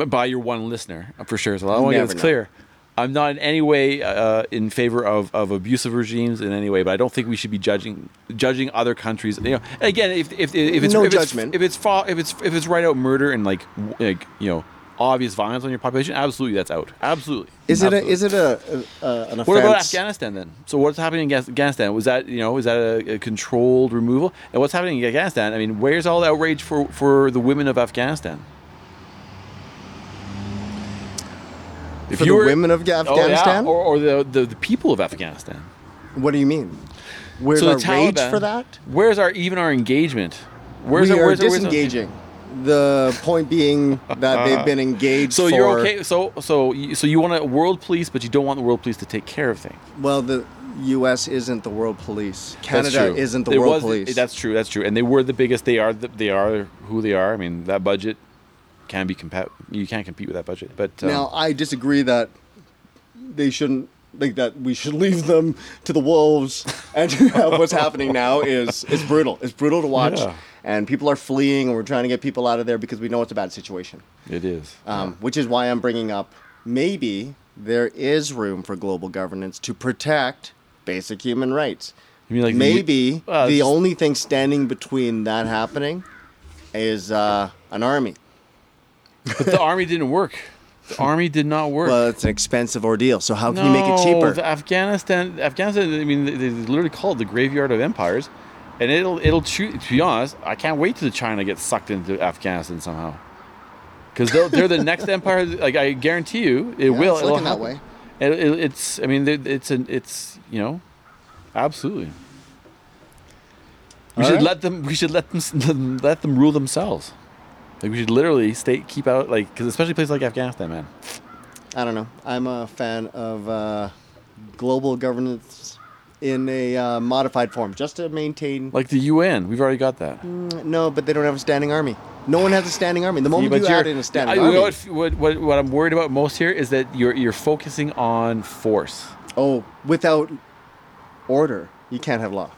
Speaker 2: by your one listener for sure. So I want to
Speaker 1: Never
Speaker 2: get this
Speaker 1: know.
Speaker 2: clear. I'm not in any way uh, in favor of, of abusive regimes in any way, but I don't think we should be judging judging other countries. You know, and again, if if, if it's
Speaker 1: No
Speaker 2: if
Speaker 1: judgment.
Speaker 2: it's, if it's fa- if it's if it's right out murder and like w- like you know obvious violence on your population, absolutely that's out. Absolutely.
Speaker 1: Is it a,
Speaker 2: Absolutely.
Speaker 1: is it a, a, a an offense?
Speaker 2: What about Afghanistan then? So what's happening in Afghanis- Afghanistan? Was that you know is that a, a controlled removal? And what's happening in Afghanistan? I mean, where's all the outrage for for the women of Afghanistan? If
Speaker 1: For the women of Ga-
Speaker 2: Oh, yeah,
Speaker 1: Afghanistan?
Speaker 2: or, or the, the the people of Afghanistan,
Speaker 1: What do you mean? Where's
Speaker 2: so
Speaker 1: our
Speaker 2: the
Speaker 1: rage
Speaker 2: Taliban-
Speaker 1: for that?
Speaker 2: Where's our even our engagement? Where's
Speaker 1: we
Speaker 2: our,
Speaker 1: are
Speaker 2: where's our- where's our-
Speaker 1: disengaging. the point being that they've been engaged.
Speaker 2: so
Speaker 1: for,
Speaker 2: you're okay. So so you- so you want a world police, but you don't want the world police to take care of things.
Speaker 1: Well, the U.S. isn't the world police.
Speaker 2: That's
Speaker 1: Canada
Speaker 2: true.
Speaker 1: isn't the
Speaker 2: It
Speaker 1: world
Speaker 2: was-
Speaker 1: police.
Speaker 2: That's true. That's true. And they were the biggest. They are. The, they are who they are. I mean, that budget can be compa- You can't compete with that budget. But um,
Speaker 1: now I disagree that they shouldn't like that. We should leave them to the wolves. And what's happening now is it's brutal. It's brutal to watch,
Speaker 2: Yeah.
Speaker 1: and people are fleeing, and we're trying to get people out of there because we know it's a bad situation.
Speaker 2: it is.
Speaker 1: um, which is why I'm bringing up maybe there is room for global governance to protect basic human rights.
Speaker 2: You mean like the-
Speaker 1: maybe the,
Speaker 2: Uh, just-
Speaker 1: only thing standing between that happening is uh, an army.
Speaker 2: but the army didn't work. The army did not work.
Speaker 1: Well, it's an expensive ordeal, so how can you make it cheaper?
Speaker 2: the Afghanistan, Afghanistan. I mean, they, they literally call it the graveyard of empires, and it'll it'll choose. To be honest, I can't wait till China gets sucked into Afghanistan somehow, because they're, they're the next empire. Like I guarantee you, it will.
Speaker 1: it's
Speaker 2: it'll
Speaker 1: looking that
Speaker 2: happen.
Speaker 1: way.
Speaker 2: It, it, it's. I mean, there- it's an. It's you know, absolutely. We
Speaker 1: All
Speaker 2: should
Speaker 1: right.
Speaker 2: let them. We should let them. Let them rule themselves. Like we should literally stay keep out. Like because especially places like Afghanistan, man.
Speaker 1: I don't know. I'm a fan of uh, global governance in a uh, modified form, just to maintain.
Speaker 2: Like the UN, we've already got that.
Speaker 1: no, but they don't have a standing army. No one has a standing army. The moment
Speaker 2: Yeah,
Speaker 1: you
Speaker 2: but you're-
Speaker 1: add in a standing
Speaker 2: I- you
Speaker 1: army,
Speaker 2: know what, what, what, what I'm worried about most here is that you're you're focusing on force.
Speaker 1: Oh, without order, you can't have law,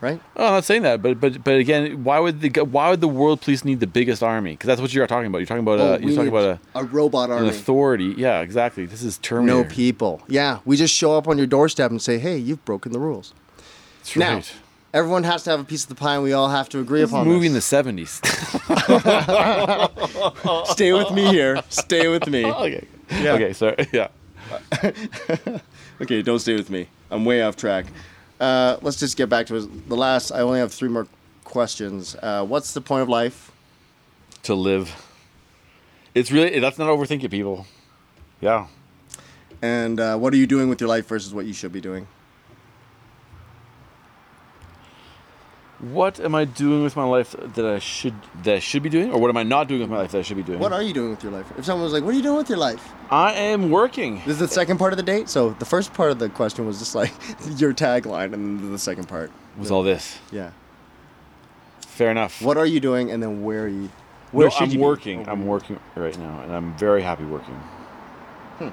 Speaker 1: right?
Speaker 2: Oh, I'm not saying that, but but but again, why would the go- why would the world police need the biggest army? Because that's what you're talking about. Uh, You're talking about
Speaker 1: oh,
Speaker 2: a, you're
Speaker 1: we
Speaker 2: talking
Speaker 1: need
Speaker 2: about a,
Speaker 1: robot
Speaker 2: an
Speaker 1: army.
Speaker 2: authority. Yeah, exactly. This is Terminator.
Speaker 1: no people. Yeah, we just show up on your doorstep and say, "Hey, you've broken the rules."
Speaker 2: That's
Speaker 1: Now,
Speaker 2: right.
Speaker 1: everyone has to have a piece of the pie, and we all have to agree
Speaker 2: This is
Speaker 1: upon
Speaker 2: movie in the
Speaker 1: this.
Speaker 2: '70s.
Speaker 1: Stay with me here. Stay with me.
Speaker 2: okay. Okay. Sorry. Yeah.
Speaker 1: okay, don't stay with me. I'm way off track. Uh, let's just get back to it. the last. I only have three more questions. Uh, what's the point of life?
Speaker 2: To live. It's really that's not overthinking, people. Yeah.
Speaker 1: And uh, what are you doing with your life versus what you should be doing?
Speaker 2: What am I doing with my life that I should that I should be doing, or what am I not doing with my life that I should be doing?
Speaker 1: What are you doing with your life? If someone was like, "What are you doing with your life?"
Speaker 2: I am working.
Speaker 1: This is the second part of the date. So the first part of the question was just like your tagline, and then the second part.
Speaker 2: was all this.
Speaker 1: Yeah.
Speaker 2: Fair enough.
Speaker 1: What are you doing, and then where are you?
Speaker 2: No,
Speaker 1: Where should
Speaker 2: I'm
Speaker 1: you be?
Speaker 2: working. I'm working right now, and I'm very happy working.
Speaker 1: Hmm.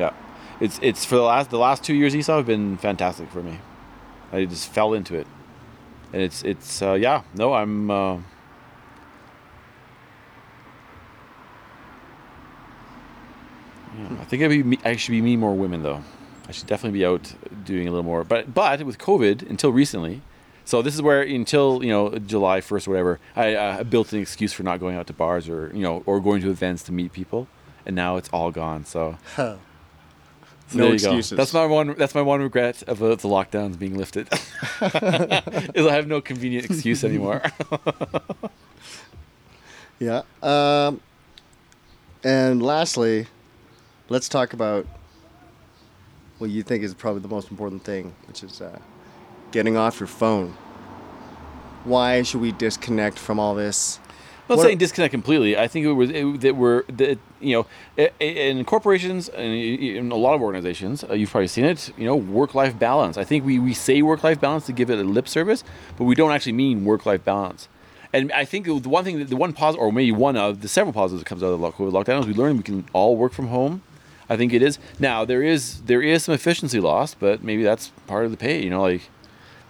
Speaker 2: Yeah, it's it's for the last the last two years. Esau have been fantastic for me. I just fell into it, and it's it's uh, yeah. No, I'm. Uh, Yeah, I think I'd be, me- I should be meeting more women though. I should definitely be out doing a little more. But but with COVID until recently, so this is where until you know July first or whatever, I uh, built an excuse for not going out to bars or you know or going to events to meet people, and now it's all gone. So. So
Speaker 1: No
Speaker 2: there you go.
Speaker 1: excuses.
Speaker 2: That's my one. That's my one regret of uh, the lockdowns being lifted. is I have no convenient excuse anymore.
Speaker 1: Yeah. Um, and lastly, let's talk about what you think is probably the most important thing, which is uh, getting off your phone. Why should we disconnect from all this?
Speaker 2: I'm not
Speaker 1: What-
Speaker 2: saying disconnect completely. I think it was it, that we're that you know i- i- in corporations and i- in a lot of organizations, uh, you've probably seen it. You know, work-life balance. I think we we say work-life balance to give it a lip service, but we don't actually mean work-life balance. And I think the one thing, that the one positive, or maybe one of the several positives that comes out of the lock- COVID lockdown is we learned we can all work from home. I think it is now there is there is some efficiency lost, but maybe that's part of the pay. You know, like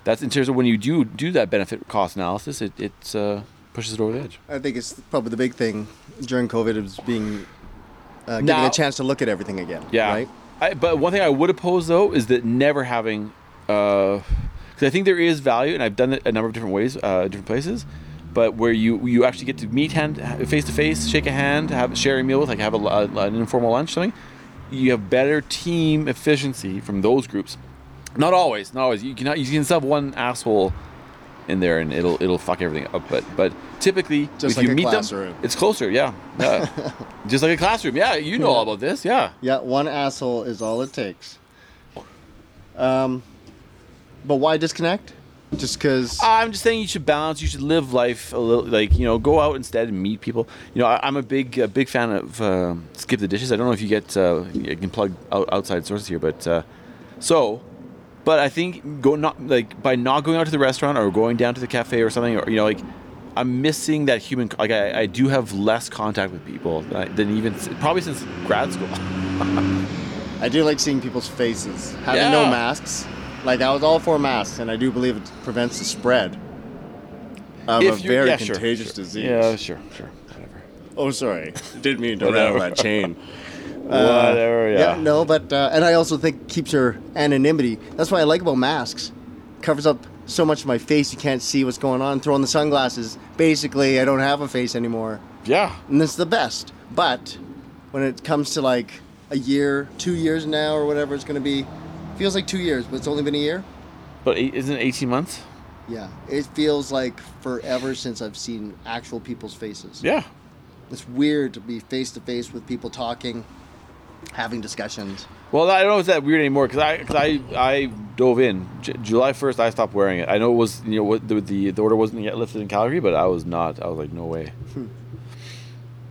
Speaker 2: that's in terms of when you do do that benefit cost analysis, it it uh, pushes it over the edge.
Speaker 1: I think it's probably the big thing during COVID is being uh, getting
Speaker 2: Now-
Speaker 1: a chance to look at everything again.
Speaker 2: Yeah.
Speaker 1: Right.
Speaker 2: I, but one thing I would oppose though is that never having, because I think there is value, and I've done it a number of uh, different ways, uh, different places, but where you you actually get to meet hand face to face, shake a hand, have share a meal with, like have a, a- an informal lunch, something. You have better team efficiency from those groups. Not always, not always. You cannot you can sub one asshole in there and it'll it'll fuck everything up. But but typically
Speaker 1: Just
Speaker 2: if
Speaker 1: like
Speaker 2: you
Speaker 1: a
Speaker 2: meet
Speaker 1: classroom.
Speaker 2: them, it's closer. Yeah, yeah. just like a classroom. Yeah, you know all about this. Yeah.
Speaker 1: Yeah, one asshole is all it takes. Um, but why disconnect? Just because
Speaker 2: I'm just saying you should balance. You should live life a little, like you know, go out instead and meet people. You know, I, I'm a big, uh, big fan of uh, skip the dishes. I don't know if you get, uh, you can plug out, outside sources here, but uh, so, but I think go not like by not going out to the restaurant or going down to the cafe or something, or you know, like I'm missing that human. Like I, I do have less contact with people than, I- than even s- probably since grad school.
Speaker 1: I do like seeing people's faces. Having
Speaker 2: Yeah.
Speaker 1: no masks, like I was all for masks, and I do believe it prevents the spread of a
Speaker 2: If you're-
Speaker 1: very
Speaker 2: yeah, sure,
Speaker 1: contagious
Speaker 2: sure.
Speaker 1: disease.
Speaker 2: Yeah, sure, sure, whatever,
Speaker 1: Oh, sorry, didn't mean to
Speaker 2: Whatever.
Speaker 1: rattle that chain.
Speaker 2: whatever.
Speaker 1: Uh, Yeah, no, but uh, and I also think keeps your anonymity. That's what I like about masks. Covers up so much of my face, you can't see what's going on. Throwing the sunglasses, basically, I don't have a face anymore,
Speaker 2: yeah.
Speaker 1: and it's the best. But when it comes to like a year, two years now, or whatever it's going to be, feels like two years, but it's only been a year.
Speaker 2: But eight, isn't it 18 months?
Speaker 1: Yeah, it feels like forever since I've seen actual people's faces.
Speaker 2: Yeah.
Speaker 1: It's weird to be face to face with people talking, having discussions.
Speaker 2: Well, I don't know if it's that weird anymore because I, cause I I dove in J- July first. I stopped wearing it. I know it was you know what the, the the order wasn't yet lifted in Calgary, but I was not. I was like, no way.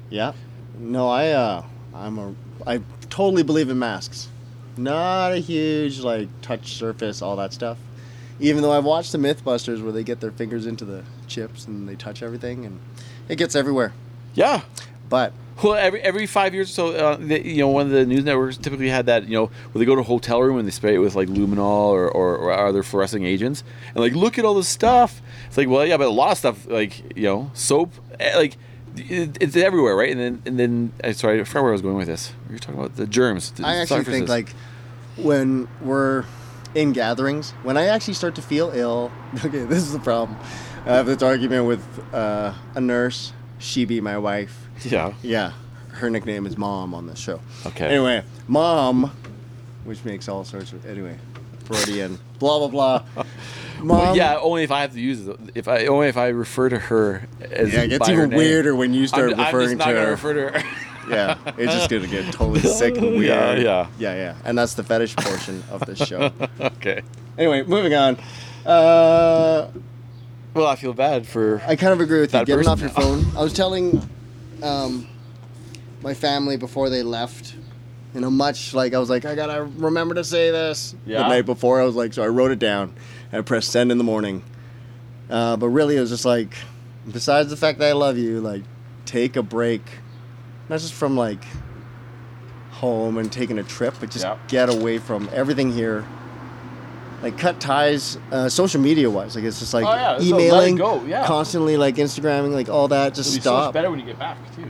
Speaker 1: Yeah. No, I uh I'm a I totally believe in masks. Not a huge like touch surface, all that stuff. Even though I've watched the Mythbusters where they get their fingers into the chips and they touch everything and it gets everywhere.
Speaker 2: Yeah.
Speaker 1: But
Speaker 2: Well, every every five years or so, uh, the, you know, one of the news networks typically had that, you know, where they go to a hotel room and they spray it with like luminol or, or, or other fluorescent agents, and like, look at all this stuff. It's like, well, yeah, but a lot of stuff, like, you know, soap, eh, like, it, it's everywhere, right? And then and then, I sorry, I forgot where I was going with this. We were talking about the germs. the
Speaker 1: I actually
Speaker 2: surfaces.
Speaker 1: think like when we're in gatherings, when I actually start to feel ill, okay, this is the problem. I have this argument with uh, a nurse. She be my wife.
Speaker 2: yeah.
Speaker 1: Yeah, her nickname is Mom on this show.
Speaker 2: Okay.
Speaker 1: Anyway, Mom, which makes all sorts of anyway, Freudian, blah blah blah. Mom.
Speaker 2: Well, yeah, only if I have to use it. If I only if I refer to her as
Speaker 1: Yeah, it gets
Speaker 2: by her
Speaker 1: even
Speaker 2: name.
Speaker 1: weirder when you
Speaker 2: I'm,
Speaker 1: start
Speaker 2: I'm
Speaker 1: referring
Speaker 2: just not
Speaker 1: to
Speaker 2: gonna
Speaker 1: her.
Speaker 2: refer to her.
Speaker 1: Yeah, it's just gonna get totally sick and weird.
Speaker 2: Yeah, yeah.
Speaker 1: yeah, yeah. And that's the fetish portion of this show.
Speaker 2: okay.
Speaker 1: Anyway, moving on. Uh,
Speaker 2: Well, I feel bad for.
Speaker 1: I kind of agree with you.
Speaker 2: That
Speaker 1: Getting
Speaker 2: person-
Speaker 1: off your phone. I was telling um, my family before they left, you know, much like I was like, I gotta remember to say this the
Speaker 2: Yeah.
Speaker 1: night before. I was like, so I wrote it down and I pressed send in the morning. Uh, but really, it was just like, besides the fact that I love you, like, take a break, not just from like home and taking a trip, but just
Speaker 2: Yeah.
Speaker 1: get away from everything here. Like cut ties, uh, social media wise. Like it's just like
Speaker 2: Oh, yeah, so let it
Speaker 1: emailing,
Speaker 2: go, yeah.
Speaker 1: constantly like Instagramming, like all that. Just stop.
Speaker 2: better when you get back too.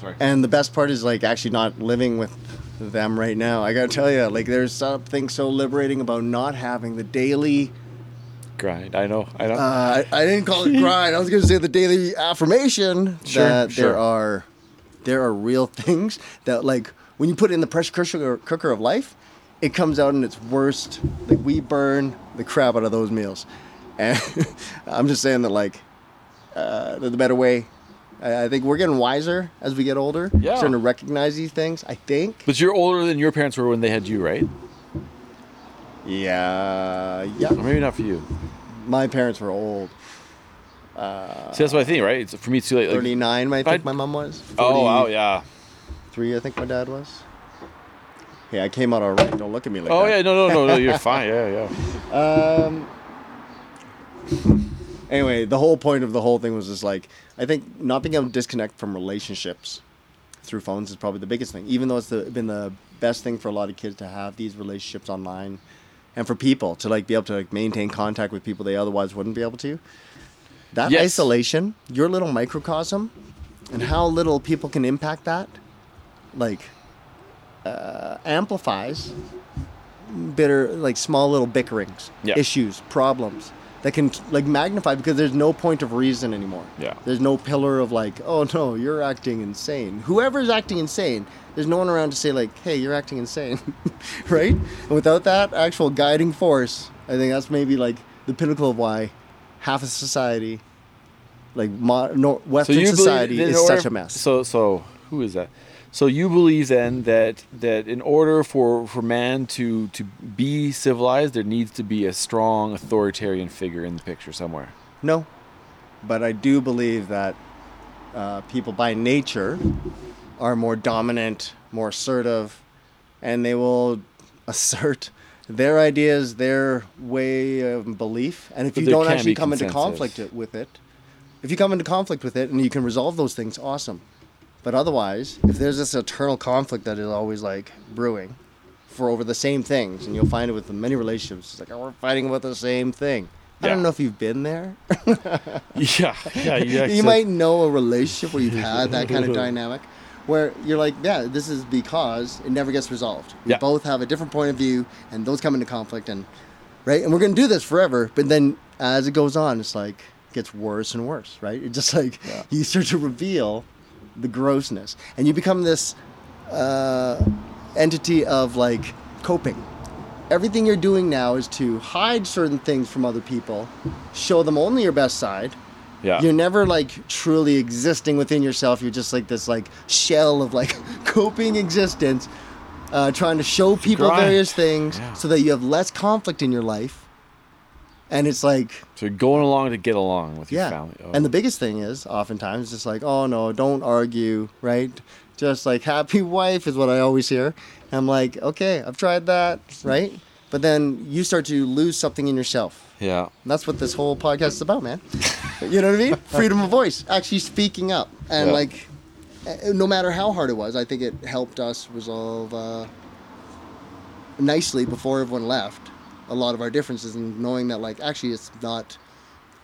Speaker 2: Sorry.
Speaker 1: and the best part is like actually not living with them right now. I gotta tell you, like there's something so liberating about not having the daily.
Speaker 2: Grind. I know. I know.
Speaker 1: Uh, I, I didn't call it grind. I was gonna say the daily affirmation
Speaker 2: Sure,
Speaker 1: that there
Speaker 2: sure.
Speaker 1: are there are real things that like when you put it in the pressure cooker, cooker of life, it comes out in its worst. Like we burn the crap out of those meals, and I'm just saying that like uh, the better way. I, I think we're getting wiser as we get older.
Speaker 2: Yeah.
Speaker 1: Starting to recognize these things. I think.
Speaker 2: but you're older than your parents were when they had you, right?
Speaker 1: Yeah.
Speaker 2: Or
Speaker 1: Yeah.
Speaker 2: maybe not for you.
Speaker 1: My parents were old.
Speaker 2: See, that's what I think, right? It's for me it's too late. Like,
Speaker 1: 39, I think
Speaker 2: I'd-
Speaker 1: my mom was.
Speaker 2: oh
Speaker 1: 40
Speaker 2: wow, yeah.
Speaker 1: three, I think my dad was. Yeah, I came out all right. Don't look at me like
Speaker 2: Oh
Speaker 1: that.
Speaker 2: yeah, no, no, no, no. You're fine. Yeah, yeah.
Speaker 1: Um. Anyway, the whole point of the whole thing was just like I think not being able to disconnect from relationships through phones is probably the biggest thing. Even though it's the, been the best thing for a lot of kids to have these relationships online, and for people to like be able to like maintain contact with people they otherwise wouldn't be able to. That
Speaker 2: Yes.
Speaker 1: isolation, your little microcosm, and how little people can impact that, like uh, amplifies bitter, like small little bickerings,
Speaker 2: Yeah.
Speaker 1: issues, problems. that can like magnify because there's no point of reason anymore.
Speaker 4: Yeah.
Speaker 1: There's no pillar of like, oh no, you're acting insane. Whoever's acting insane, there's no one around to say like, hey, you're acting insane, right? And without that actual guiding force, I think that's maybe like the pinnacle of why half of society, like mo- no, Western
Speaker 2: believe
Speaker 1: society,
Speaker 2: that in
Speaker 1: is
Speaker 2: order-
Speaker 1: such a mess.
Speaker 2: So so who is that? So you believe then that that in order for for man to to be civilized, there needs to be a strong authoritarian figure in the picture somewhere.
Speaker 1: No. But I do believe that uh, people by nature are more dominant, more assertive, and they will assert their ideas, their way of belief. And if
Speaker 2: But
Speaker 1: you
Speaker 2: there
Speaker 1: don't
Speaker 2: can
Speaker 1: actually
Speaker 2: be
Speaker 1: come into
Speaker 2: consensus.
Speaker 1: conflict it- with it, if you come into conflict with it and you can resolve those things, awesome. But otherwise, if there's this eternal conflict that is always like brewing for over the same things, and you'll find it with many relationships, it's like, oh, we're fighting about the same thing. I
Speaker 4: Yeah.
Speaker 1: don't know if you've been there.
Speaker 2: Yeah, yeah,
Speaker 1: you might know a relationship where you've had that kind of dynamic where you're like, yeah, this is because it never gets resolved. We
Speaker 2: Yeah.
Speaker 1: both have a different point of view and those come into conflict and right? And we're gonna do this forever, but then as it goes on, it's like gets worse and worse, right? It just like you start to reveal the grossness. And you become this uh, entity of like coping. Everything you're doing now is to hide certain things from other people, show them only your best side,
Speaker 4: Yeah.
Speaker 1: you're never like truly existing within yourself. You're just like this like shell of like coping existence, uh, trying to show people
Speaker 2: Grind.
Speaker 1: various things
Speaker 2: Yeah.
Speaker 1: so that you have less conflict in your life. And it's like,
Speaker 2: So you're going along to get along with your
Speaker 1: yeah.
Speaker 2: family. Oh.
Speaker 1: And the biggest thing is oftentimes just like, oh no, don't argue, right? Just like happy wife is what I always hear. And I'm like, okay, I've tried that, right? But then you start to lose something in yourself.
Speaker 2: yeah,
Speaker 1: And that's what this whole podcast is about, man. you know what I mean? Freedom of voice, actually speaking up, and
Speaker 4: Yeah.
Speaker 1: like, uh, no matter how hard it was, I think it helped us resolve uh, nicely before everyone left a lot of our differences, and knowing that like actually it's not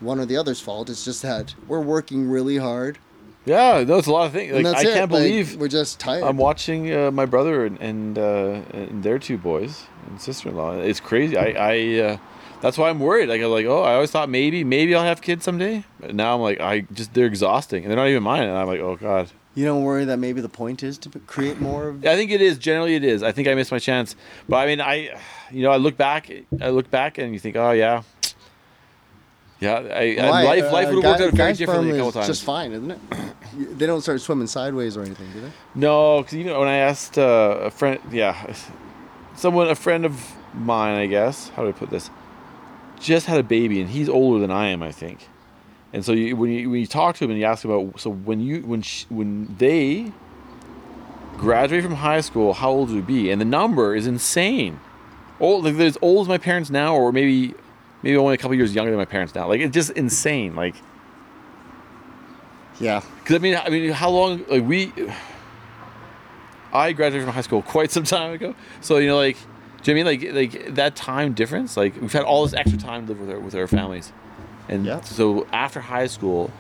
Speaker 1: one or the other's fault. It's just that we're working really hard,
Speaker 2: yeah. That's a lot of things. Like,
Speaker 1: and that's
Speaker 2: I
Speaker 1: it.
Speaker 2: can't
Speaker 1: Like,
Speaker 2: believe
Speaker 1: we're just tired.
Speaker 2: I'm watching uh, my brother and and, uh, and their two boys and sister-in-law. It's crazy. I, I uh, that's why I'm worried. Like I'm like, oh, I always thought maybe maybe I'll have kids someday. But now I'm like, I just they're exhausting and they're not even mine. And I'm like, oh god.
Speaker 1: you don't worry that maybe the point is to create more of
Speaker 2: I think it is. Generally, it is. I think I missed my chance. But I mean, I, you know, I look back, I look back, and you think, oh yeah, yeah. I, I
Speaker 1: Why,
Speaker 2: life
Speaker 1: uh,
Speaker 2: life would have worked
Speaker 1: guy-
Speaker 2: out very
Speaker 1: guy's
Speaker 2: differently a
Speaker 1: sperm
Speaker 2: couple
Speaker 1: is
Speaker 2: times.
Speaker 1: Just fine, isn't it? They don't start swimming sideways or anything, do they?
Speaker 2: No, because even when I asked uh, a friend, yeah, someone, a friend of mine, I guess, how do I put this, just had a baby, and he's older than I am, I think. And so you, when you when you talk to him and you ask him about so when you when sh when they graduate from high school, how old would you be? And the number is insane. Old like they're as old as my parents now, or maybe maybe only a couple years younger than my parents now. Like it's just insane. Like
Speaker 1: Yeah.
Speaker 2: because I mean, I mean, how long? Like we, I graduated from high school quite some time ago. So you know, like, do you know what I mean like like that time difference? Like we've had all this extra time to live with our with our families, and
Speaker 1: Yeah.
Speaker 2: so after high school,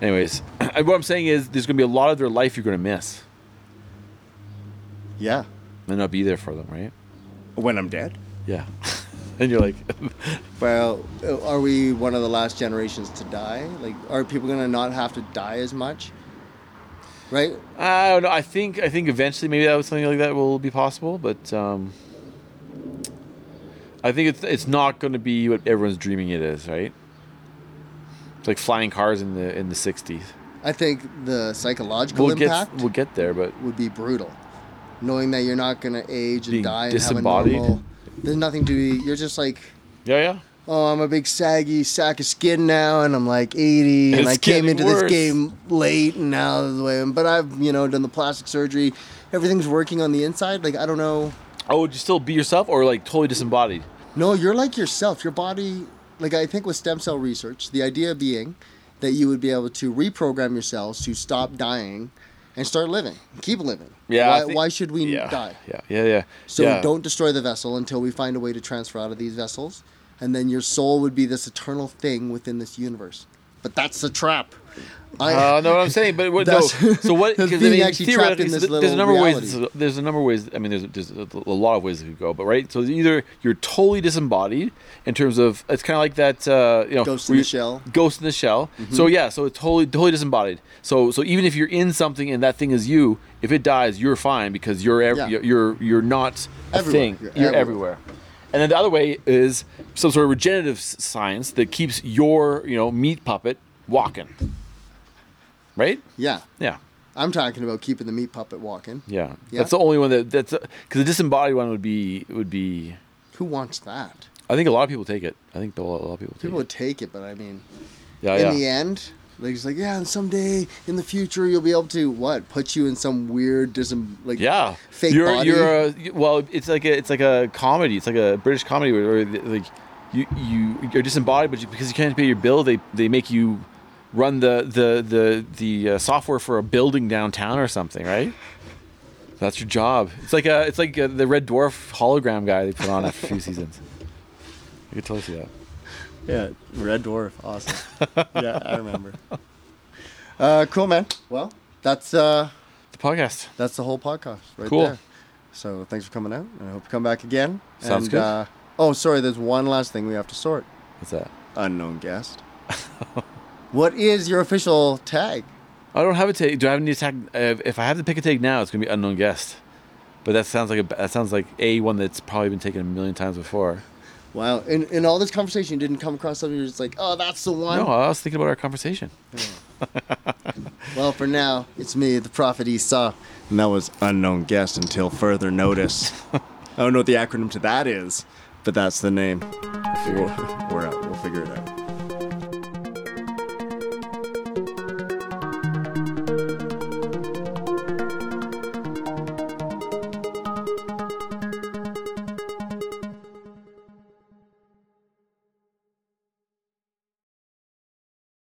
Speaker 2: anyways, what I'm saying is there's gonna be a lot of their life you're gonna miss
Speaker 1: Yeah.
Speaker 2: and not be there for them, right?
Speaker 1: When I'm dead?
Speaker 2: Yeah, and you're like,
Speaker 1: Well, uh, are we one of the last generations to die? Like, are people going to not have to die as much? Right?
Speaker 2: I don't know. I think I think eventually maybe that was something like that will be possible, but um, I think it's it's not going to be what everyone's dreaming it is, right? It's like flying cars in the in the '60s.
Speaker 1: I think the psychological
Speaker 2: We'll
Speaker 1: impact
Speaker 2: get we'll get there, but
Speaker 1: would be brutal. Knowing that you're not going to age and
Speaker 2: Being
Speaker 1: die and
Speaker 2: disembodied.
Speaker 1: have a normal. There's nothing to be. You're just like,
Speaker 2: yeah, yeah.
Speaker 1: oh, I'm a big saggy sack of skin now, and I'm like 80, and
Speaker 2: It's
Speaker 1: I came
Speaker 2: getting
Speaker 1: into
Speaker 2: worse.
Speaker 1: this game late, and now the way. But I've, you know, done the plastic surgery. Everything's working on the inside. Like, I don't know.
Speaker 2: Oh, would you still be yourself or like totally disembodied?
Speaker 1: No, you're like yourself. Your body, like I think with stem cell research, the idea being that you would be able to reprogram your cells to stop dying and start living, keep living.
Speaker 2: Yeah, I
Speaker 1: Why,
Speaker 2: think-
Speaker 1: why should we
Speaker 2: Yeah,
Speaker 1: die?
Speaker 2: yeah, yeah, yeah.
Speaker 1: So
Speaker 2: yeah.
Speaker 1: don't destroy the vessel until we find a way to transfer out of these vessels, and then your soul would be this eternal thing within this universe. but that's the trap. I,
Speaker 2: Uh, no, what I'm saying, but what, no.
Speaker 1: That's-
Speaker 2: so what?
Speaker 1: that's
Speaker 2: Because I
Speaker 1: being
Speaker 2: mean,
Speaker 1: actually trapped
Speaker 2: theoretically,
Speaker 1: in
Speaker 2: so
Speaker 1: this
Speaker 2: there's a number of ways.
Speaker 1: little
Speaker 2: There's a number of ways. I mean, there's there's a, a lot of ways it could go, but right. So either you're totally disembodied in terms of it's kind of like that. Uh, you know,
Speaker 1: Ghost in
Speaker 2: where
Speaker 1: the
Speaker 2: you-
Speaker 1: shell. Mm-hmm.
Speaker 2: Ghost in the shell. So yeah, so it's totally totally disembodied. So so even if you're in something and that thing is you, if it dies, you're fine because you're ev-
Speaker 1: Yeah.
Speaker 2: you're, you're you're not a
Speaker 1: Everywhere.
Speaker 2: thing.
Speaker 1: You're
Speaker 2: You're,
Speaker 1: everywhere.
Speaker 2: everywhere. And then the other way is some sort of regenerative s- science that keeps your you know meat puppet walking. Right?
Speaker 1: yeah,
Speaker 2: Yeah.
Speaker 1: I'm talking about keeping the meat puppet walking.
Speaker 2: Yeah.
Speaker 1: Yeah?
Speaker 2: That's the only one that that's because the disembodied one would be would be.
Speaker 1: Who wants that?
Speaker 2: I think a lot of people take it. I think a lot, a lot of people. Take
Speaker 1: People
Speaker 2: it.
Speaker 1: would take it, but I mean,
Speaker 2: Yeah,
Speaker 1: in
Speaker 2: Oh, yeah.
Speaker 1: the end, they're just like, yeah, and someday in the future you'll be able to what? Put you in some weird disem like
Speaker 2: yeah.
Speaker 1: fake
Speaker 2: you're
Speaker 1: body.
Speaker 2: you're a, you- well. It's like a it's like a comedy. It's like a British comedy where, where the- like you you you're disembodied, but you, because you can't pay your bill, they they make you run the the the the uh, software for a building downtown or something, right? That's your job. It's like a, it's like uh the Red Dwarf hologram guy they put on after a few seasons. You could totally see that.
Speaker 1: yeah, Red Dwarf, awesome. yeah, I remember. Uh, cool, man. Well, that's uh,
Speaker 2: The podcast.
Speaker 1: that's the whole podcast right
Speaker 2: Cool.
Speaker 1: there. So thanks for coming out, and I hope you come back again.
Speaker 2: Sounds
Speaker 1: and,
Speaker 2: good.
Speaker 1: Uh, oh, sorry. There's one last thing we have to sort.
Speaker 2: What's that?
Speaker 1: Unknown guest. what is your official tag?
Speaker 2: I don't have a take. Do I have any tag? Uh, if I have to pick a take now, it's gonna be unknown guest. But that sounds like a that sounds like a one that's probably been taken a million times before.
Speaker 1: Wow. In, in all this conversation, you didn't come across something you're just like, oh, that's the one.
Speaker 2: No, I was thinking about our conversation.
Speaker 1: Well, for now, it's me, the Prophet Esau. And that was Unknown Guest until further notice. I don't know what the acronym to that is, but that's the name. We'll, we're out. We'll figure it out.